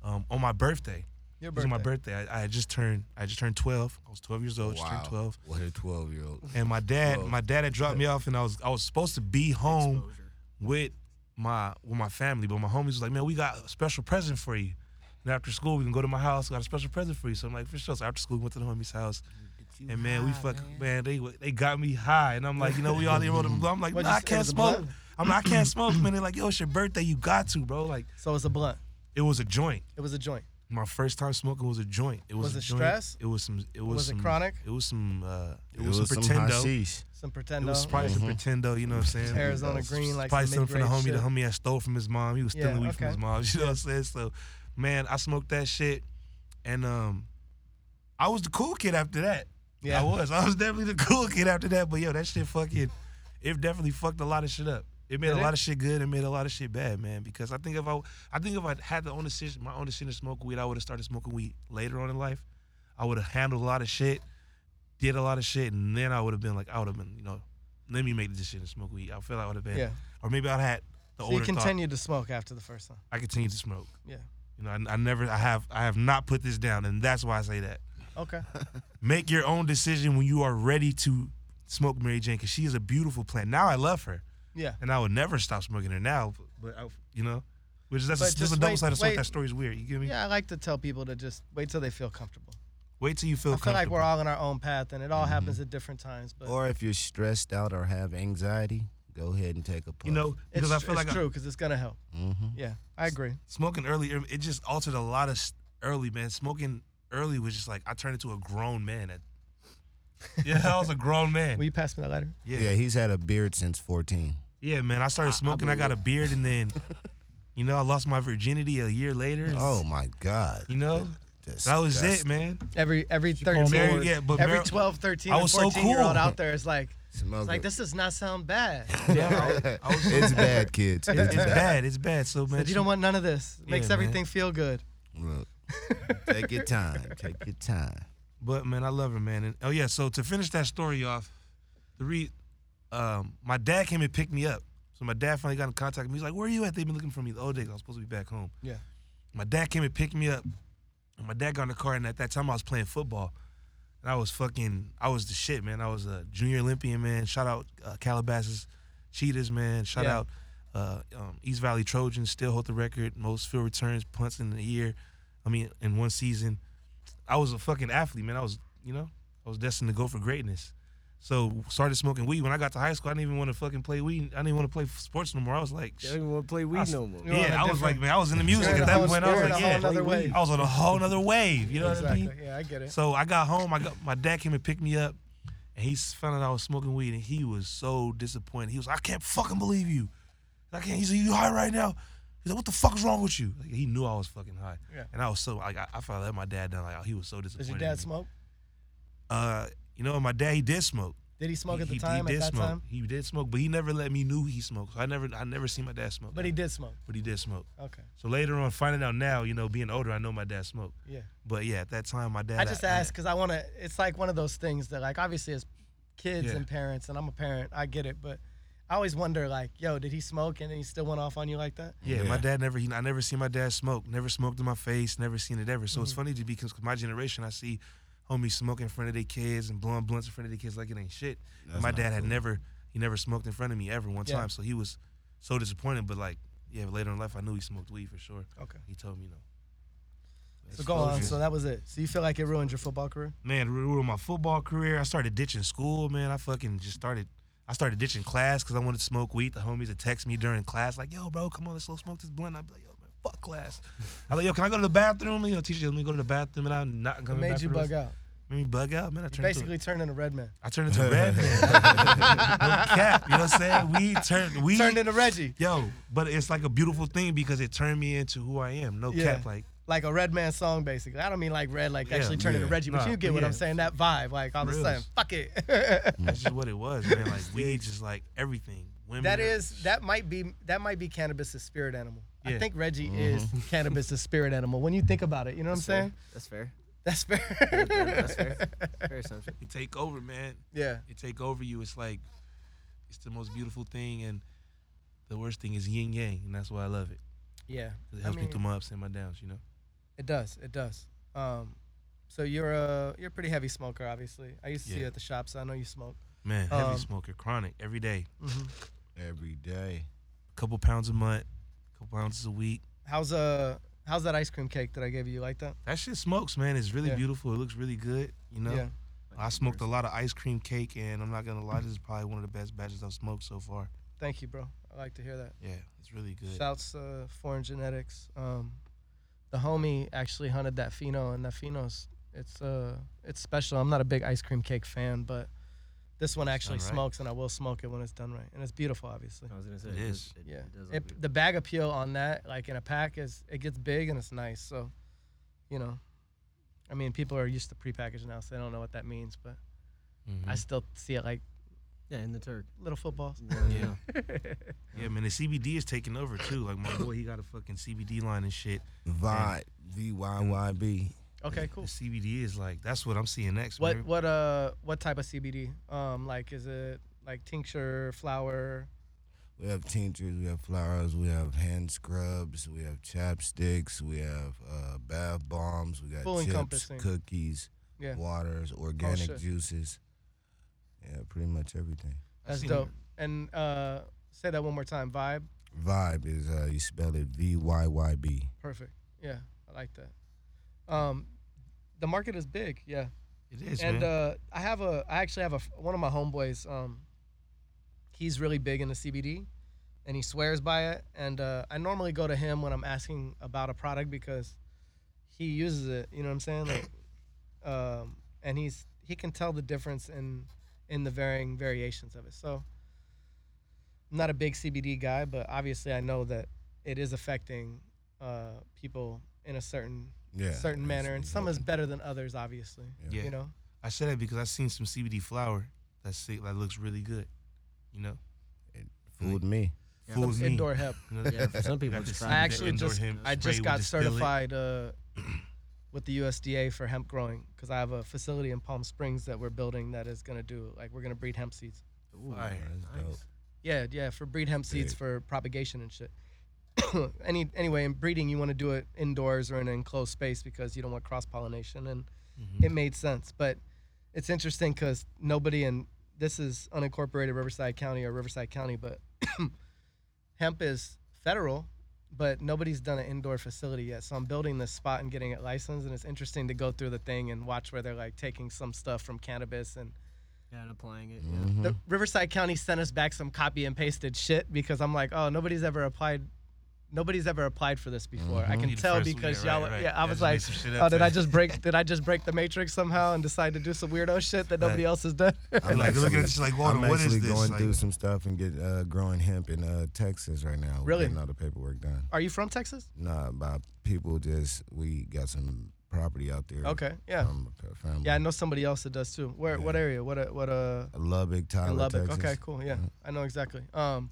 um, on my birthday. Your It was my birthday. I, I had just turned. I just turned 12. I was 12 years old. Just turned 12 What a 12 year old. and my dad Whoa. my dad had dropped me off and I was I was supposed to be home Exposure. with my with my family but my homies was like man we got a special present for you and after school we can go to my house got a special present for you so I'm like for sure so after school we went to the homies house and man we fuck man. they they got me high and I'm like you know we all they rolled them I'm like What'd nah, you I say, can't was it smoke blunt? I'm like I can't smoke man they're like yo it's your birthday you got to bro like So it was a blunt. it was a joint It was a joint. my first time smoking was a joint it Was was, a it joint. stress? it was some it was, Was it some- chronic? it was some uh it, It was, was some some pretendo hashish. Some pretendo. it was probably some pretendo, you know what I'm saying? Arizona green, like probably some something from the homie. mid-grade The shit. homie I stole from his mom. He was stealing Yeah, weed okay. from his mom. You know what I'm saying? So, man, I smoked that shit, and um, I was the cool kid after that. Yeah. I was. I was definitely the cool kid after that. But yo, that shit fucking, it definitely fucked a lot of shit up. It made Did a it? lot of shit good. It made a lot of shit bad, man. Because I think if I, I think if I had the own decision, my own decision to smoke weed, I would have started smoking weed later on in life. I would have handled a lot of shit, did a lot of shit, and then I would have been like, I would have been, you know, let me make the decision to smoke weed. I feel like I would have been, Yeah. or maybe I'd had the So you older thought. continued to smoke after the first one. I continue to smoke. Yeah. You know, I, I never, I have, I have not put this down, and that's why I say that. Okay. Make your own decision when you are ready to smoke Mary Jane, because she is a beautiful plant. Now I love her, Yeah. and I would never stop smoking her now. But, but I, you know, which is that's But a, just a just double sided wait- sword. wait. That story's weird. You get me? Yeah, I like to tell people to just wait till they feel comfortable. Wait till you feel. I feel like comfortable. Mm-hmm. we're all on our own path, and it all happens at different times. But Or if you're stressed out or have anxiety, go ahead and take a puff. You know, it's, because I feel it's like I- true because it's gonna help. hmm Yeah, I agree. smoking early, er, it just altered a lot of s- early, man. Smoking early was just like I turned into a grown man. At, yeah, I was a grown man. Will you pass me that letter? Yeah, yeah, yeah, he's had a beard since 14. man. I started smoking. I, got a beard, and then, you know, I lost my virginity a year later. Oh my God. you know, that was it, man. Every every Mary- thirteen, yeah, but every Mary- 12, 13, I and was so 14 year old cool. out there is like, Smoke it's like it. this does not sound bad. Yeah, I was- it's bad, kids. It's It's bad. It's bad. So man, Said, you don't want none of this. It Yeah, makes man. everything feel good. Look, take your time. Take your time. But man, I love her, man. And, oh yeah, so to finish that story off, the re, um, my dad came and picked me up. So my dad finally got in contact with me. He's like, "Where are you at? They've been looking for me the whole day. 'cause I was supposed to be back home." Yeah. My dad came and picked me up, And my dad got in the car, and at that time I was playing football, and I was fucking, I was the shit, man. I was a junior Olympian, man. Shout out uh, Calabasas Cheetahs, man. Shout Yeah. out uh, um, East Valley Trojans, still hold the record most field returns punts in the year. I mean, in one season, I was a fucking athlete, man. I was, you know, I was destined to go for greatness. So started smoking weed when I got to high school. I didn't even want to fucking play weed. I didn't even want to play sports no more. I was like, I don't even want to play weed s- no more. You're on a yeah, I was different- like, man, I was in the You're music in at a that whole- point. I was you're in like, a whole yeah, nother wave. I was on a whole nother wave. You know what I Exactly. mean? Yeah, I get it. So I got home. I got my dad came and picked me up, and he s- found out I was smoking weed, and he was so disappointed. He was, like, I can't fucking believe you. I can't. He's like, you high right now? He's like, what the fuck is wrong with you? Like, he knew I was fucking high, Yeah. and I was so like, I, I finally let my dad down. Like, he was so disappointed. Does your in dad me. smoke? Uh, you know, my dad he did smoke. Did he smoke he, at the he- he time? did at that smoke. time, He did smoke, but he never let me knew he smoked. So I never, I never seen my dad smoke. but he did smoke. but he did smoke. Okay, So later on, finding out now, you know, being older, I know my dad smoked. yeah. But yeah, at that time, my dad. I just asked because I want to. It's like one of those things that, like, obviously, as kids Yeah. and parents, and I'm a parent, I get it. But I always wonder, like, yo, did he smoke and then he still went off on you like that? Yeah, my Yeah. dad never. He, I never seen my dad smoke. Never smoked in my face. Never seen it ever. So it's Mm-hmm. funny to because my generation, I see homies smoking in front of their kids and blowing blunts in front of their kids like it ain't shit. And That's my not dad had cool. never. He never smoked in front of me ever one Yeah. time. So he was so disappointed. But like, yeah, later in life, I knew he smoked weed for sure. Okay. He told me no. So go on. So that was it. So you feel like it ruined your football career? man, it ruined my football career. I started ditching school, man. I fucking just started. I started ditching class because I wanted to smoke weed. The homies would text me during class, like, "Yo, bro, come on, let's go smoke this blunt." I'd be like, "Yo, man, fuck class." I like, "Yo, can I go to the bathroom?" You know, teacher, let me go to the bathroom, and I'm not It going. made you bug out. Made me bug out, man. I You turned into, basically turned into red man. I turned into red man. no cap, you know what I'm saying? We turned we Turned into Reggie, yo, but it's like a beautiful thing because it turned me into who I am. No Yeah. cap, like like a red man song, basically. I don't mean like red, like Yeah, actually turned into yeah. Reggie, but Nah, you get what yeah. I'm saying. That vibe, like all of a Real. sudden, fuck it. that's just what it was, man. Like weed, just like everything. Women, That is that might be that might be cannabis' spirit animal. I Yeah. think Reggie is cannabis' spirit animal. When you think about it, you know what I'm saying? That's fair. That's Yeah, fair. That's fair. fair assumption. it take over, man. yeah. it take over you. It's like it's the most beautiful thing, and the worst thing is yin yang, and that's why I love it. Yeah. 'Cause It I helps mean, me through my ups and my downs, you know. It does. It does. Um so you're a you're a pretty heavy smoker, obviously. I used to see you Yeah. at the shops. I know you smoke. Man, heavy Um, smoker, chronic, every day, Every day. couple pounds a month, couple ounces a week. How's uh how's that ice cream cake that I gave you? You like that? That shit smokes, man. It's really Yeah. beautiful. It looks really good, you know. Yeah. I smoked a lot of ice cream cake, and I'm not gonna lie, this is probably one of the best batches I've smoked so far. Thank you, bro. I like to hear that. Yeah, it's really good. Shouts uh, Foreign Genetics. Um, the homie actually hunted that Fino, and that Fino's it's uh it's special. I'm not a big ice cream cake fan, but this one actually done right. Oh, smokes, and I will smoke it when it's done right, and it's beautiful, obviously. I was gonna say It is. It, Yeah, It does look good. it, the bag appeal on that, like in a pack, is it gets big and it's nice. So, you know, I mean, people are used to prepackaged now, so they don't know what that means, but I Mhm. still see it like yeah, in the Turk. little footballs. Yeah. yeah, man. The CBD is taking over too. Like my boy, he got a fucking CBD line and shit. Vod, V Y Y B. Okay, cool. The CBD is like that's what I'm seeing next. What man. what uh what type of CBD? Um, like is it like tincture, flower? We have tinctures, we have flowers, we have hand scrubs, we have chapsticks, we have uh, bath bombs, we got Full chips, encompassing. cookies, Yeah, Oh, waters, organic shit. juices. Yeah, pretty much everything. that's seen dope. And uh, say that one more time. Vibe, Vibe is uh, you spell it V Y Y B. perfect. Yeah, I like that. Um, the market is big. Yeah, It is, and man. uh, I have a I actually have a f- one of my homeboys. Um, he's really big into CBD, and he swears by it. And uh, I normally go to him when I'm asking about a product because he uses it. You know what I'm saying? Like, um, and he's he can tell the difference in in the varying variations of it. So I'm not a big CBD guy, but obviously I know that it is affecting uh, people in a certain Yeah. certain it's- manner, and it's some is helping. better than others, obviously. yeah, You know. I said that because I seen some CBD flower that's sick, that looks really good. You know, Fooled me. Yeah. fools me. indoor hemp. You know, Yeah, for some people got it's the I fine. CBD actually indoor just hemp I spray, just we got distill it. certified uh, with the USDA for hemp growing because I have a facility in Palm Springs that we're building that is gonna do like we're gonna breed hemp seeds. Ooh, Fire. That's nice. dope. Yeah, yeah, for breed hemp seeds Big. for propagation and shit. any anyway in breeding you want to do it indoors or in an enclosed space because you don't want cross pollination and it made sense but it's interesting because nobody in this is unincorporated riverside county or riverside county but hemp is federal but nobody's done an indoor facility yet so i'm building this spot and getting it licensed and it's interesting to go through the thing and watch where they're like taking some stuff from cannabis and Yeah, and applying it. Mm-hmm. the Riverside County sent us back some copy and pasted shit because I'm like, oh, nobody's ever applied. Nobody's ever applied for this before. I can You the tell first one, because yeah, y'all, right, right. yeah, I Yeah, was just make like, some shit oh, up did I and- just break? Did I just break the matrix somehow and decide to do some weirdo shit that nobody else has done? I'm like actually- looking at this like, Walter, I'm what actually is this? going Like, through some stuff and get uh, growing hemp in uh, Texas right now. We're Really? Getting all the paperwork done. Are you from Texas? Nah, by people just we got some property out there. Okay, yeah, From a family. yeah. I know somebody else that does too. Where? What area? What? A, what? Uh, Lubbock, Tyler, in Lubbock. Texas. Okay, cool. Yeah, I know exactly. Um,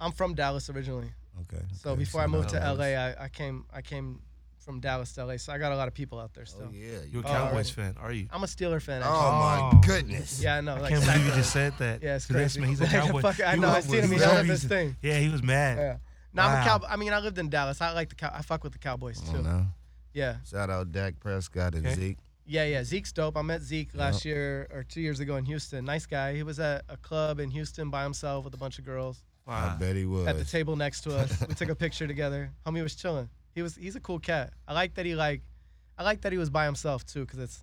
I'm from Dallas originally. Okay. So okay, before I moved to Dallas. LA, Oh, I, I came I came from Dallas to LA. So I got a lot of people out there still. Oh yeah. you a You, Oh, all Cowboys fan, are you? I'm a Steeler fan. oh, Actually. Oh. my goodness. Yeah, I know. I Like, can't believe you sacrilegious. just said that. Yeah, it's To this crazy. man, He's a Cowboy. Fuck, I You know, I was- seen him, you he held was- up his thing. Yeah, he was mad. Yeah. No, I'm a Wow. Oh, Cowboy. I mean, I lived in Dallas. I like the cow. I fuck with the Cowboys I too. don't know. Yeah, Shout out Dak Prescott and Okay. Zeke. yeah, yeah. Zeke's dope. I met Zeke last year or two years ago in Houston. Nice guy. He was at a club in Houston by himself with a bunch of girls I Wow. bet he was. at the table next to us. we took a picture together. Homie was chilling. He was. He's a cool cat. I like that he like. I like that he was by himself too, because it's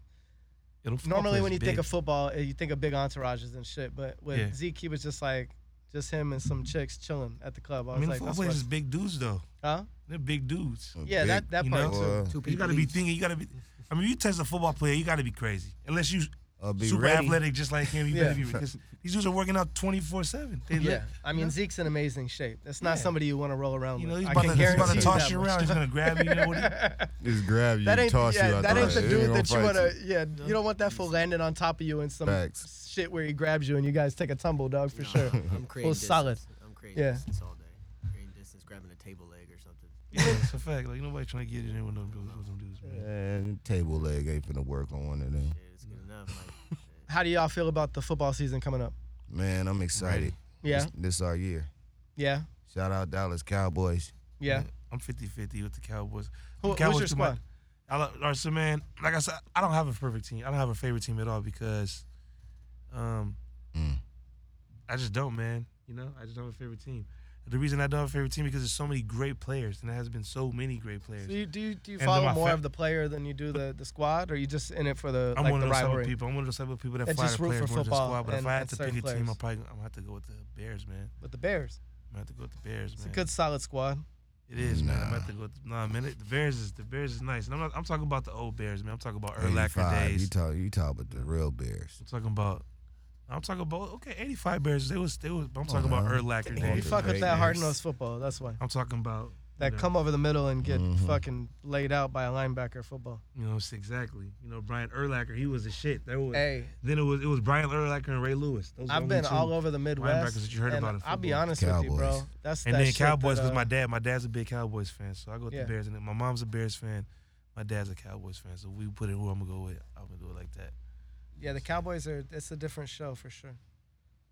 Yeah, them football normally players when you big. think of football, eh, you think of big entourages and shit. But with Yeah. Zeke, he was just like, just him and some chicks chilling at the club. I I was mean, like, football that's players what's- is big dudes though. huh? They're big dudes. A Yeah, big- that that you part know, too. Well, Two You people. gotta be each. thinking. You gotta be. I mean, you test a football player, you gotta be crazy. Unless you I'll be super ready. athletic, just like him, you Yeah. better be because these dudes are working out twenty four seven. They Yeah, lit. I mean Zeke's in amazing shape. That's not Yeah. somebody you want to roll around You know, with. he's I about, can to, he's about to guarantee toss that you much. around. He's gonna grab you. you know what he- Just grab you, That ain't, toss you yeah, out that the ain't way. the They dude gonna that you fight want to. Yeah, you don't want that fool landing on top of you in some Facts. shit where he grabs you and you guys take a tumble, dog, for No, sure. I'm creating distance. solid. I'm creating Yeah. distance all day. Creating distance, grabbing a table leg or something. Yeah, it's a fact. Like nobody trying to get in there with them dudes. With them dudes man. And table leg ain't finna work on one of them. Yeah, it's good enough. Like, shit. How do y'all feel about the football season coming up? Man, I'm excited. Yeah, This, this our year. yeah, Shout out Dallas Cowboys. yeah. I'm 50-50 with the Cowboys. Who- the who's Cowboys your to squad? My, I love, all right, so man, like I said, I don't have a perfect team. I don't have a favorite team at all because, um, Mm. I just don't, man. You know, I just don't have a favorite team. The reason I don't have a favorite team because there's so many great players, and there has been so many great players. So you, do you, do you And then follow my more fa- of the player than you do the, the squad, or you just in it for the I'm like one the of those type of rivalry? people. I'm one of those type of people that And fly just the root players for more than the football squad. But if and- I had and to pick certain a team, I'm players. probably I'm gonna have to go with the Bears, man. With the Bears, I'm gonna have to go with the Bears, it's man. a good solid squad. It is, man. I'm Nah. about to go. Nah, man. It, the Bears is the Bears is nice. And I'm not, I'm talking about the old Bears, man. I'm talking about Erlacher 85. days. You talk you talk about the real bears. I'm talking about. I'm talking about okay, 85 Bears. They was they was. I'm talking on, about man. Erlacher on, You days. dude. fuck up Great that names. hard nosed football. That's why. I'm talking about That you know, come over the middle and get Mhm. fucking laid out by a linebacker football. You know it's exactly. You know Brian Erlacher. He was the shit. That was. Hey, Then it was it was Brian Erlacher and Ray Lewis. Those were I've only been two. all over the Midwest. linebackers that you heard and about in I'll be football. honest with you, bro. Cowboys. That's And that then shit Cowboys that, because uh, my dad, my dad's a big Cowboys fan, so I go with Yeah. the Bears. And then my mom's a Bears fan, my dad's a Cowboys fan, so we put in who I'm gonna go with. I'm gonna do it like that. Yeah, the Cowboys are. It's a different show for sure.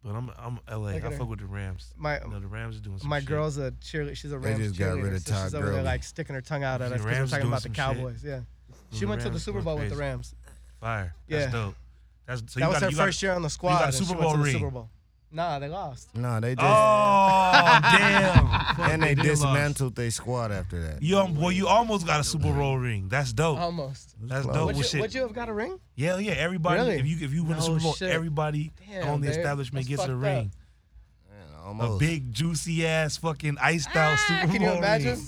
But I'm I'm Look LA. I at her. fuck with the Rams. My You know, the Rams are doing some my shit. girl's a cheerleader. She's a They Rams just got cheerleader. rid of so she's Todd over there Gurley. like sticking her tongue out at The us because we're Rams talking doing about the some Cowboys. Yeah, The she went to the Rams Super going Bowl with the crazy. Rams. Fire. That's Yeah. dope. That's so you that was gotta, her 1st you gotta- year on the squad. got a and Super she went to Bowl the ring. Super Bowl. Nah, they lost. No, they just Oh damn! Fuck, and they did lost. dismantled their squad after that. You um, well, you almost got a Super Bowl ring. That's dope. Almost. That's close. dope. Would as you, shit. would you have got a ring? yeah, yeah. Everybody, Really? if you if you win the No Super Bowl, shit. everybody Damn, on the dude. establishment That's gets a fucked ring. up. Man, A almost. big juicy ass fucking iced out Super Bowl Ah, Can you imagine? ring.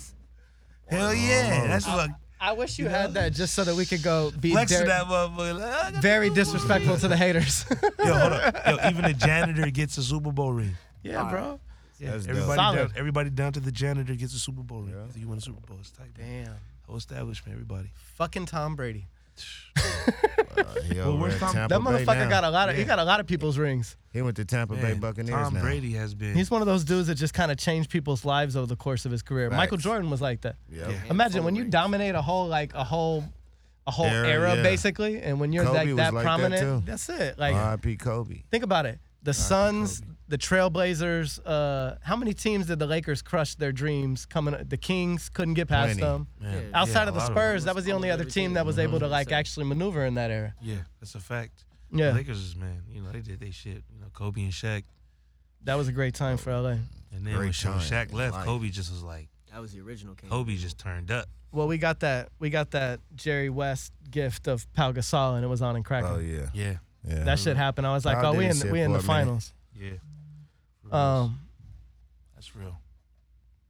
Hell yeah! That's like I wish you had that just so that we could go be flexing very, that motherfucker. Like, "Ah, I got- very disrespectful to the haters. Yo, hold up. Yo, even the janitor gets a Super Bowl ring. yeah, bro. Yeah, That's dope. everybody Solid. down, everybody down to the janitor gets a Super Bowl ring. Yeah. So you win a Super Bowl. It's tight. man. Damn. Whole establishment, everybody. Fucking Tom Brady. Uh, he over where's at Tom- Tampa That Bay motherfucker now. got a lot of he Yeah. got a lot of people's rings. He went to Tampa Bay Man, Buccaneers Tom now. Brady has been. He's one of those dudes that just kind of changed people's lives over the course of his career. Michael Facts. Jordan was like that. Yep. Yeah. Imagine when you rings. dominate a whole like a whole a whole Era, era, yeah. basically, and when you're Kobe like was that like that, prominent, too. that's it. Like R.I.P. Kobe. think about it. The Suns the Trailblazers. Uh, how many teams did the Lakers crush their dreams coming? The Kings couldn't get past Plenty. them. Man. Yeah. Outside of Yeah, a the lot of Spurs, them. that was the only Almost other every team team. that was able to Mhm. Mm-hmm. like So- actually maneuver in that era. Yeah, that's a fact. Yeah, The Lakers is man, you know, they did they shit. You know, Kobe and Shaq. that was a great time for LA. And then Great when, Sha- when time Shaq in left, life. Kobe just was like That was the original King. Kobe just turned up. Well, we got that we got that Jerry West gift of Pau Gasol, and it was on and cracking. Oh yeah, Yeah. yeah. That shit happened. I was like, oh, Pau we did in shit we in the for a minute. finals. Yeah. For reals. Um, that's real.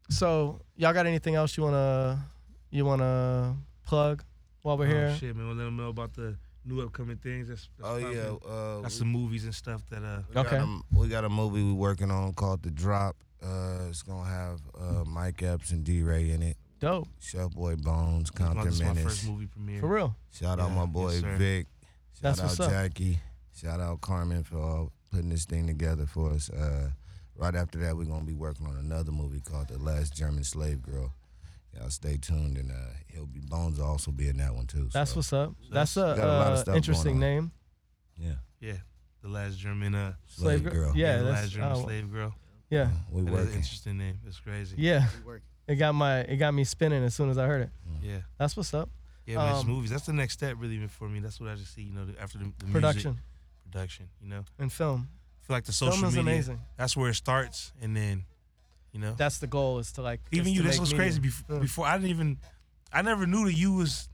so y'all got anything else you wanna you wanna plug while we're Oh, here? shit, man. We'll let them know about the new upcoming things. That's, that's Oh popping. yeah. Uh, Got we- some movies and stuff that uh We got Okay. a- we got a movie we working on called The Drop. Uh, it's gonna have uh, Mike Epps and D Ray in it. Dope Chef Boy Bones, my- Compton this is my first Menace. movie premiere. for real. Shout out Yeah, my boy yes, sir. Vic. Shout That's out what's up. Jackie. Shout out Carmen for all putting this thing together for us. Uh, right after that, we're gonna be working on another movie called The Last German Slave Girl. Y'all stay tuned, and uh, he'll be Bones will also be in that one too. That's so, what's up. That's a, got a lot of uh, stuff interesting going name. yeah. Yeah. The last German uh Slave, gir- Girl. Yeah, the that's last German oh, slave girl. yeah, we That is an working. interesting name. It's crazy. yeah. We work. It got my it got me spinning as soon as I heard it. Yeah. That's what's up. Yeah, man, just Um, movies. That's the next step, really, even for me. That's what I just see, you know, the- after the, the music, Production production, you know, and film. I feel like the social film is media. amazing. That's where it starts, and then, you know, That's the goal is to like is even to you. This make was media. crazy. Before, Yeah. before I didn't even, I never knew that you was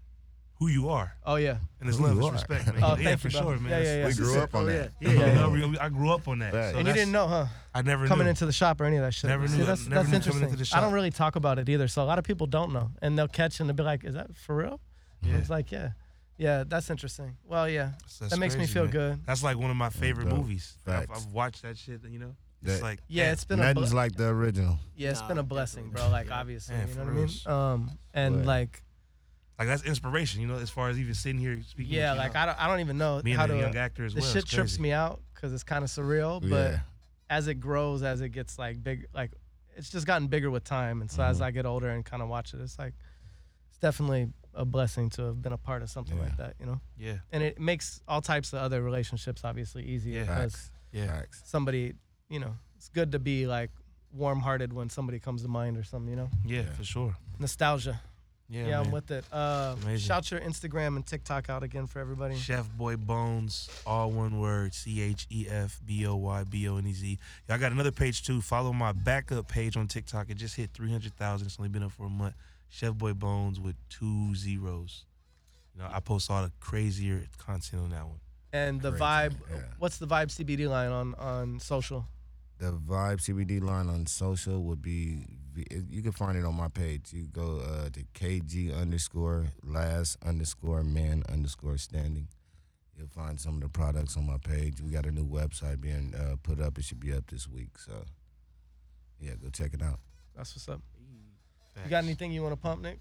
who you are, Oh yeah. and it's Who love, you it's are. respect, man. Oh, yeah, thank for you, brother. sure, man. Yeah, yeah, yeah. We grew up on Oh, that. Yeah, Yeah, yeah, you know, we- I grew up on that, Facts. so And you that's- didn't know, huh? I never coming knew. into the shop or any of that shit. Never See, knew that's that. Never that's knew coming into interesting. the I don't shop. really talk about it either, so a lot of people don't know, and they'll catch and they'll be like, "Is that for real?" Yeah. It's like, "Yeah, yeah, that's interesting." Well, yeah, That's- that's that makes me crazy, feel man. good. That's like one of my favorite dope. movies. I've, Facts. I've watched that shit, you know. It's That- like Yeah, damn, it's been a Nothing's bl- like the original. yeah, it's been a Nah, blessing, definitely bro. not. Like Yeah. obviously, Yeah, you for know what reals. I mean. Um, and Right. like, like that's inspiration, you know, as far as even sitting here speaking. yeah, with you, like you I don't, I don't even know know, being how a to. young actor as the well. shit it's trips crazy. me out because it's kind of surreal, but Yeah. as it grows, as it gets like big, like it's just gotten bigger with time. And so Mm-hmm. as I get older and kind of watch it, it's like it's definitely a blessing to have been a part of something Yeah. like that, you know. Yeah, And it makes all types of other relationships obviously easier Yeah. because Facts. yeah, Facts. somebody, you know, it's good to be like warm-hearted when somebody comes to mind or something, you know. yeah, Yeah. for sure. Nostalgia. Yeah, Yeah, I'm man. with it. Uh, Amazing. shout your Instagram and TikTok out again for everybody. Chef Boy Bones, all one word, C H E F B O Y B O N E Z. Y'all got another page too. Follow my backup page on TikTok. It just hit 300,000. It's only been up for a month. Chef Boy Bones with two zeros. You know, I post all the crazier content on that one. And the Crazy, vibe. yeah. What's the vibe CBD line on on social? The Vibe CBD line on social would be. You can find it on my page. You go uh, to KG underscore last underscore man underscore standing. You'll find some of the products on my page. We got a new website being uh, put up. It should be up this week. So, yeah, go check it out. That's what's up. You Facts. got anything you want to pump, Nick?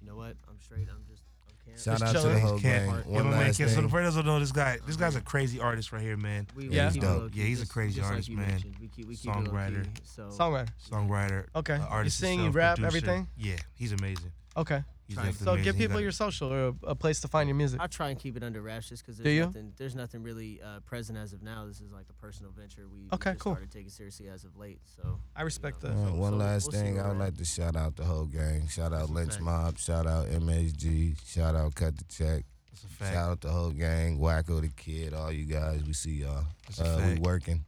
You know what? I'm straight. I'm just. I'm camping. Shout Just out to chilling. the whole Can't, gang. yeah, One my man, last can't. So the thing. fritters don't know this guy. This guy's a crazy artist right here, man. We, Yeah, we he's keep it dope. low-key, Yeah, he's a just- crazy just like artist, you man. mentioned. We keep, we keep Songwriter. It low-key, so Songwriter. Songwriter. Okay. uh, you artist sing, you himself, rap, producer. everything. Yeah, he's amazing. Okay. He's Trying. definitely So amazing. give He people got- your social or a, a place to find your music. I try and keep it under wraps just because Do you? there's nothing, there's nothing really uh, present as of now. This is like a personal venture we we Okay, just cool. started taking seriously as of late. So I respect you that. know, Uh, so- one so last we'll see thing, where I would we're at. like to shout out the whole gang. Shout out a Lynch fact. Mob. Shout out MHG. Shout out Cut the Check. That's a fact. Shout out the whole gang, Wacko the Kid, all you guys. We see y'all. That's a Uh, we fact. working.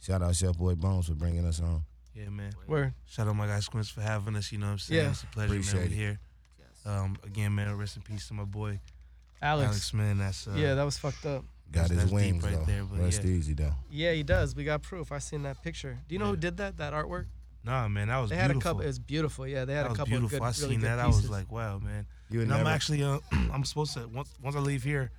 Shout out Chef Boy Bones for bringing us on. Yeah, man. Word. Shout out my guy Squints for having us. You know what I'm saying? Yeah. It's a pleasure, man. Appreciate We it. here. Uh, Yes. Um, again, man, rest in peace to my boy Alex. Alex, man. That's uh, yeah, that was fucked up. That's- Got his that's deep wings right though. there, but Rest yeah. easy though. Yeah, he does. We got proof. I seen that picture. Do you know who Yeah. did that? That artwork? nah, man. That was They had beautiful. a couple. It's beautiful. Yeah, they had that a was couple beautiful. of good, I really seen good that. I pieces. was like, wow, man. And You and I'm never, actually, uh, I'm supposed to once once I leave here,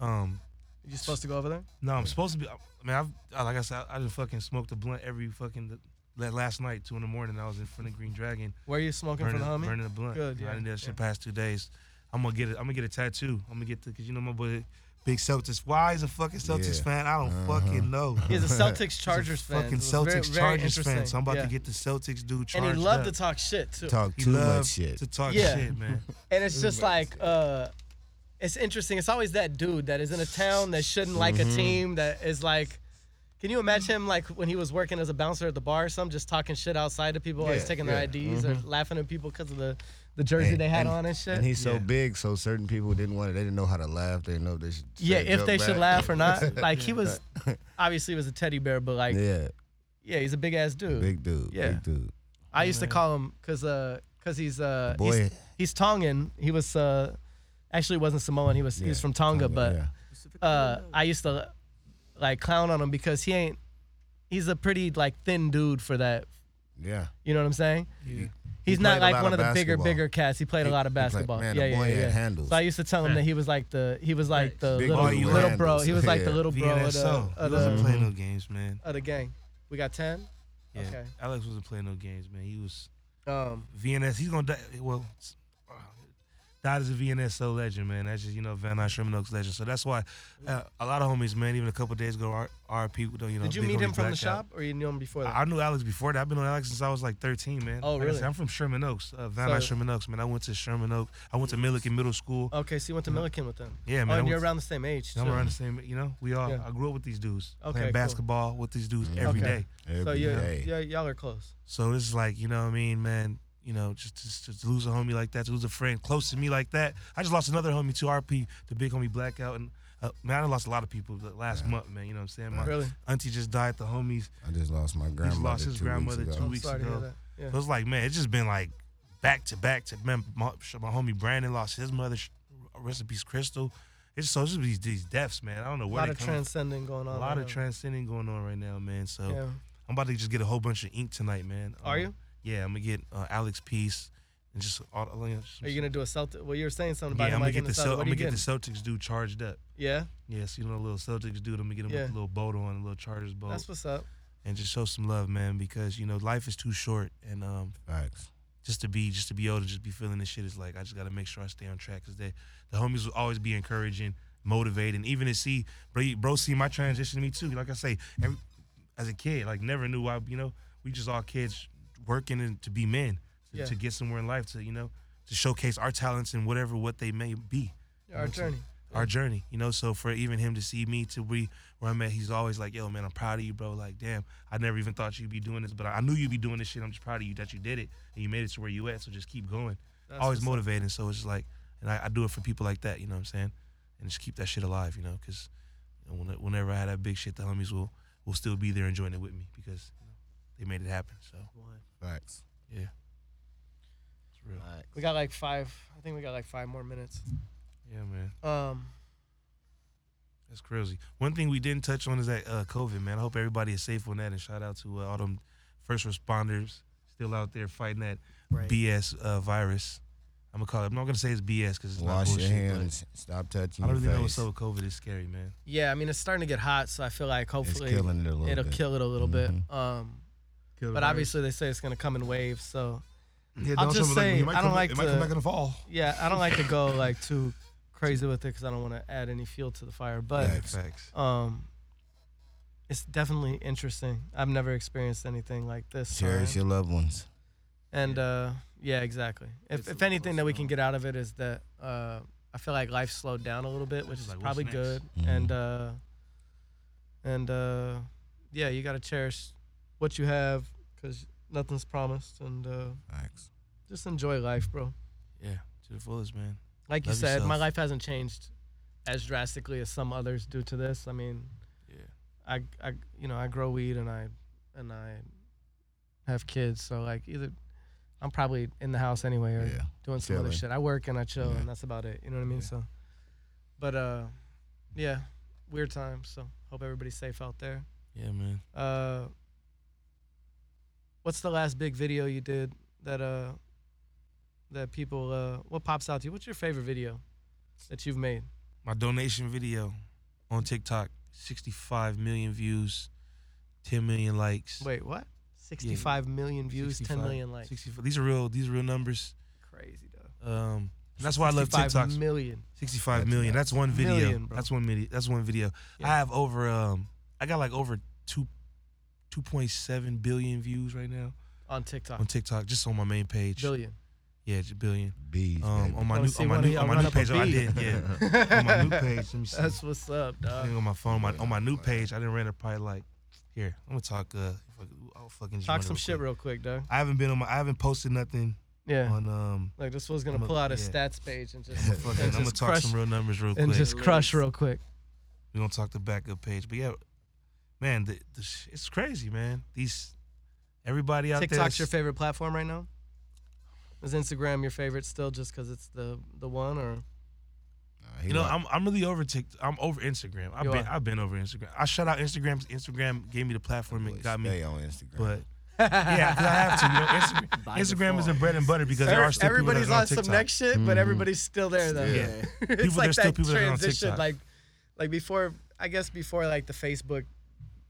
um, you supposed to go over there? No, I'm supposed to be. I mean, I've I- like I said, I, I just fucking smoked a blunt every fucking la- last night, two in the morning. I was in front of Green Dragon, Where you smoking burning, for the homie? burning a blunt. Good, I yeah, didn't do that shit yeah. past two days. I'm gonna get it. I'm gonna get a tattoo. I'm gonna get the because you know my boy, big Celtics. Why is a fucking Celtics Yeah. Uh-huh. fan? I don't fucking know. He's a Celtics He's a Chargers fan. Fucking so Celtics it's very- very Chargers fan. So I'm about interesting. to Yeah. get the Celtics dude charged. And he loved up. to talk shit too. talk He too much loved shit. to talk Yeah. shit, man. And it's just like uh Mm-hmm. it's interesting. It's always that dude that is in a town that shouldn't like a team that is like Can you imagine him like when he was working as a bouncer at the bar or something, just talking shit outside to people, always Yeah, taking their yeah, IDs Mm-hmm. or laughing at people because of the, the jersey they had on and shit? And he's so Yeah. big, so certain people didn't want it. They didn't know how to laugh. They didn't know if they should. say yeah, a if joke they should back. laugh or not. Like he was obviously he was a teddy bear, but like yeah, yeah, he's a big ass dude. big dude. Yeah. Big dude. I used to call him because uh because he's uh Boy. he's, he's Tongan. He was uh actually wasn't Samoan. He was he was Yeah, from Tonga, but yeah. uh I used to like clown on him because he ain't he's a pretty like thin dude for that. yeah. You know what I'm saying? Yeah. He's played not a like lot one of of the bigger basketball. bigger cats. He played a He- lot of he played- basketball. man, the yeah, boy yeah, had yeah. handles. So I used to tell him that he was like the he was like the Big little, boy with little bro. handles. He was like the Yeah. little bro uh, yeah, of that's the, so. of, he wasn't the uh-huh. playing no games, man. of the gang. We got ten. Yeah. Okay. Alex wasn't playing no games, man. He was Um, VNS. He's gonna die. Well, it's- uh, died as a VNSO legend, man. That's just you know Van Nuys Sherman Oaks legend. So that's why uh, a lot of homies, man. Even a couple days ago, R- RP. You know, did you big meet homie him from the Blackout. shop or you knew him before that? I I knew Alex before that. I've been on Alex since I was like 13, man. Oh, Like I really? said, I'm from Sherman Oaks, uh, Van Nuys So- Oh, Sherman Oaks, man. I went to Sherman Oaks. I went to Milliken Middle School. Okay, so you went to Milliken with them. yeah, man. oh, I and went you're to- around the same age. I'm too. around the same. You know, we all. Yeah. I grew up with these dudes Okay, playing cool. basketball with these dudes Okay. every day. So Every you, day. yeah, y'all are close. So this is like, you know what I mean, man. You know, just, just just to lose a homie like that, to lose a friend close to me like that. I just lost another homie too, RP, the big homie Blackout, and uh, man, I lost a lot of people the last month, man. You know what I'm saying? My Really? auntie just died, the homies. I just lost my grandmother. lost his two grandmother weeks two ago. I'm weeks sorry to hear ago. that. Yeah. So it's like, man, it's just been like back to back to man. My, my homie Brandon lost his mother. sh- Rest in peace, Crystal. It's so it's just these, these deaths, man. I don't know A where lot they of come. transcending going on. a lot right of now. transcending going on right now, man. So Yeah. I'm about to just get a whole bunch of ink tonight, man. Are Um, you? Yeah, I'm gonna get uh, Alex Peace and just all. all- you know, just- Are you gonna do a Celtic? Well, you were saying something about yeah, I'm him gonna like get in the the Cel- Celtic. I'm What are gonna you get the getting? Celtics dude charged up. Yeah, Yes, you know, the little Celtics dude. I'm gonna get him Yeah. with a little boat on, a little Chargers boat, that's what's up. and just show some love, man, because you know life is too short, and um, Facts. just to be just to be able to just be feeling this shit is like I just gotta make sure I stay on track because they the homies will always be encouraging, motivating, even to see bro, bro see my transition to me too. Like I say, every, as a kid, like never knew I you know we just all kids working and to be men to, Yeah. to get somewhere in life to you know to showcase our talents and whatever what they may be Our journey. our journey, you know. So for even him to see me to be where I'm at, he's always like, "Yo, man, I'm proud of you, bro. Like, damn, I never even thought you'd be doing this, but I I knew you'd be doing this shit. I'm just proud of you that you did it and you made it to where you at. So just keep going. That's always what's up. motivating. So it's just like, and I, I do it for people like that, you know what I'm saying? And just keep that shit alive, you know, because you know, when- whenever I had that big shit, the homies will will still be there enjoying it with me because you know, they made it happen. So Facts. yeah, it's real. Uh, We got like five. I think we got like five more minutes. Yeah, man. Um, That's crazy. One thing we didn't touch on is that uh, COVID, man. I hope everybody is safe on that, and shout out to uh, all them first responders still out there fighting that Right. BS uh, virus. I'm gonna call it. I'm not gonna say it's BS because it's not Wash bullshit. your but hands. Stop touching I don't your really know face. what's up with COVID. It's scary, man. yeah, I mean it's starting to get hot, so I feel like it's hopefully killing it a little it'll bit. kill it a little Mhm. Mm-hmm. bit. Um, but obviously they say it's gonna come in waves, so yeah, I'm don't just tell me, like, it saying, might I don't come- like It might come to- back in the fall. yeah, I don't like to go like too crazy with it because I don't want to add any fuel to the fire, but. Facts. Facts. um it's definitely interesting i've never experienced anything like this Cherish uh, your loved ones. and uh yeah exactly if, It's a if little anything that we close can now. get out of it is that uh i feel like life slowed down a little bit which is Like, what's probably next? good Mhm. and uh and uh yeah you gotta cherish what you have because nothing's promised and uh Facts. just enjoy life bro Yeah, to the fullest, man. like you Love said my yourself. life hasn't changed as drastically as some others due to this i mean Yeah, I, I you know I grow weed and I and I have kids so like either I'm probably in the house anyway or Yeah. doing some other Chilling. shit. I work and I chill Yeah. and that's about it. You know what I mean? Yeah. So but uh yeah, weird times. So hope everybody's safe out there. yeah, man. Uh What's the last big video you did that uh that people uh what pops out to you? What's your favorite video that you've made? my donation video on TikTok, 65 million views, 10 million likes. Wait, what? Sixty-five million views, 10 65 million likes. 65 These are real. These are real numbers. Crazy though. Um, and that's why I love 65 TikToks. million. 65 That's million. nuts. That's one video. Million, bro. that's one video. That's one video. Yeah. I have over um I got like over 2 2.7 billion views right now on TikTok. on TikTok just on my main page. Billion. Yeah, just billion. Bees. Um baby. on my Oh, new see, on my one of new y'all on my run new up a page. Oh, I beat. did. Yeah. on my new page. Let me see. That's what's up, dog. Thing on my phone, my, on my new page, I didn't ran up probably like Here, I'm gonna talk. Uh, fuck- I'll fucking just Talk run it some real shit quick. real quick, dog. I haven't been on my. I haven't posted nothing Yeah. on um. Like this was gonna I'ma- pull out his yeah. stats page and I'm just gonna fucking- and I'm gonna just talk crush some real numbers real and quick. just crush real quick. we gonna talk the backup page. But yeah, man, the, the, sh- it's crazy, man. These everybody out there. TikTok's your favorite platform right now? Is Instagram your favorite still just because it's the the one or Nah, he You know, like- I'm I'm really over TikTok. I'm over Instagram. I've You been are. I've been over Instagram. I shut out Instagram. Instagram gave me the platform boy, and got stay me. on Instagram. But yeah, 'cause I have to. You know, By Instagram, Instagram is the default. bread and butter because there are still everybody's people that are on, on TikTok. some next shit, but Mhm. everybody's still there though. Yeah. Yeah. it's People- like there's still that people that are on transition, TikTok. like like before I guess before like the Facebook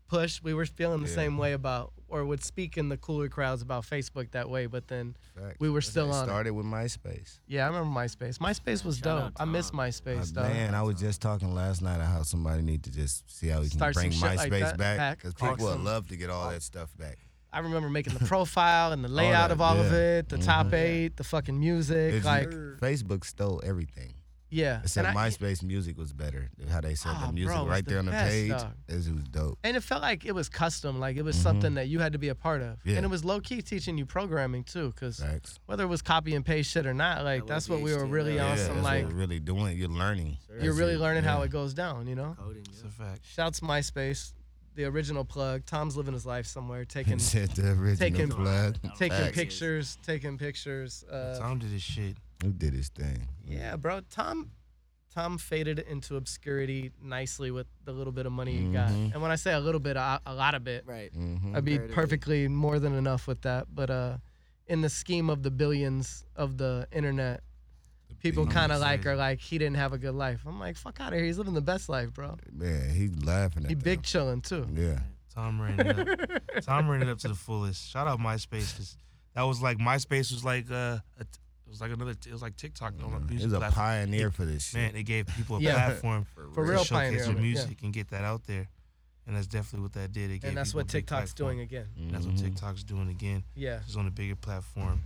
push, we were feeling the Yeah. same way about or would speak in the cooler crowds about Facebook that way, but then Facts. we were That's how still it on it. Started with MySpace. yeah, I remember MySpace. MySpace was Shout dope. out I miss Tom. MySpace Uh, though. man, I was just talking last night of how somebody need to just see how we can Start some bring shit MySpace like that back back. because people would Awesome. love to get all that stuff back. I remember making the profile and the layout that, of all of yeah. it, the top Mhm. eight, the fucking music, It's- like Facebook stole everything. yeah. Except and I- MySpace music was better. How they said Oh, the music bro, it's right the there on the best, page, dog. is it was dope. and it felt like it was custom, like it was something that you had to be a part of, Mm-hmm. Yeah. and it was low key teaching you programming too, because Facts. whether it was copy and paste shit or not, like was that's what we were HTML. really Yeah, on that's some what like we're really doing. You're learning. you're That's really it. learning how Yeah. it goes down, you know. Coding. It's yeah. a fact. Shouts MySpace, the original plug. Tom's living his life somewhere, taking Said the original taking- plug. taking Facts. pictures, taking pictures. Uh, Tom did his shit. He did his thing. yeah, bro. Tom, Tom faded into obscurity nicely with the little bit of money he got. Mhm. And when I say a little bit, a, a lot of bit. Right. Mm-hmm. I'd be Comparatively. perfectly more than enough with that. But uh, in the scheme of the billions of the internet, people big kind of numbers, like yeah. are like, he didn't have a good life. I'm like, fuck out of here. He's living the best life, bro. Man, he laughing at He that. big chilling too. Yeah. Tom ran it up. Tom ran it up to the fullest. Shout out MySpace 'cause that was like MySpace was like uh a, t- it was like another it was like TikTok. on a music Mm-hmm. He's a platform. pioneer for this shit. Man, it gave people a Yeah. platform For to real showcase pioneer. their Yeah. music and get that out there. And that's definitely what that did. It gave And that's people what a big TikTok's platform. doing Mm-hmm. again. And That's what Mm-hmm. TikTok's doing again. Yeah. It's on a bigger platform.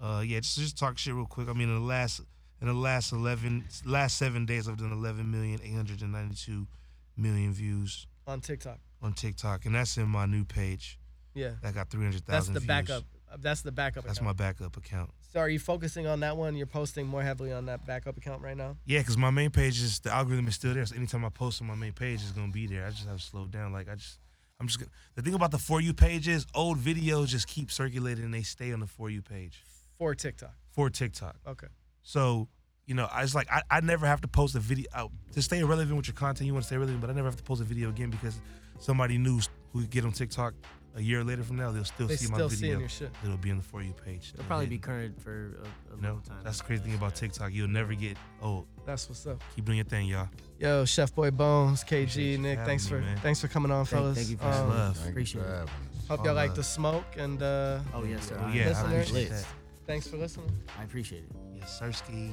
Uh, yeah, just just talk shit real quick. I mean, in the last in the last eleven last seven days, I've done eleven million eight hundred and ninety two million views On TikTok. on TikTok, and that's in my new page. Yeah. That got three hundred That's thousand. the views. backup. That's the backup That's my account. backup account. so are you focusing on that one? You're posting more heavily on that backup account right now? Yeah, because my main page is the algorithm is still there. So anytime I post on my main page, it's gonna be there. I just have to slow down. Like I just, I'm just. Gonna, the thing about the for you page is old videos just keep circulating and they stay on the for you page For TikTok. for TikTok. Okay. So you know, I just like I, I never have to post a video out to stay relevant with your content. You want to stay relevant, but I never have to post a video again because somebody new who get on TikTok a year later from now, they'll still They see my still seeing video. your shit. It'll be on the for you page. It'll probably be current for a, a You know, long time. that's the crazy thing about TikTok. You'll never get old. That's what's up. Keep doing your thing, y'all. Yo, Chef Boy Bones, Appreciate KG, you Nick, for thanks for having me, man. thanks for coming on, Thank- fellas. thank you for Um, having me. Love. Appreciate it. Hope y'all like Love. the smoke and uh, Oh yes, sir. Oh, yeah, I appreciate that. thanks for listening. I appreciate it. Yes, Sirski.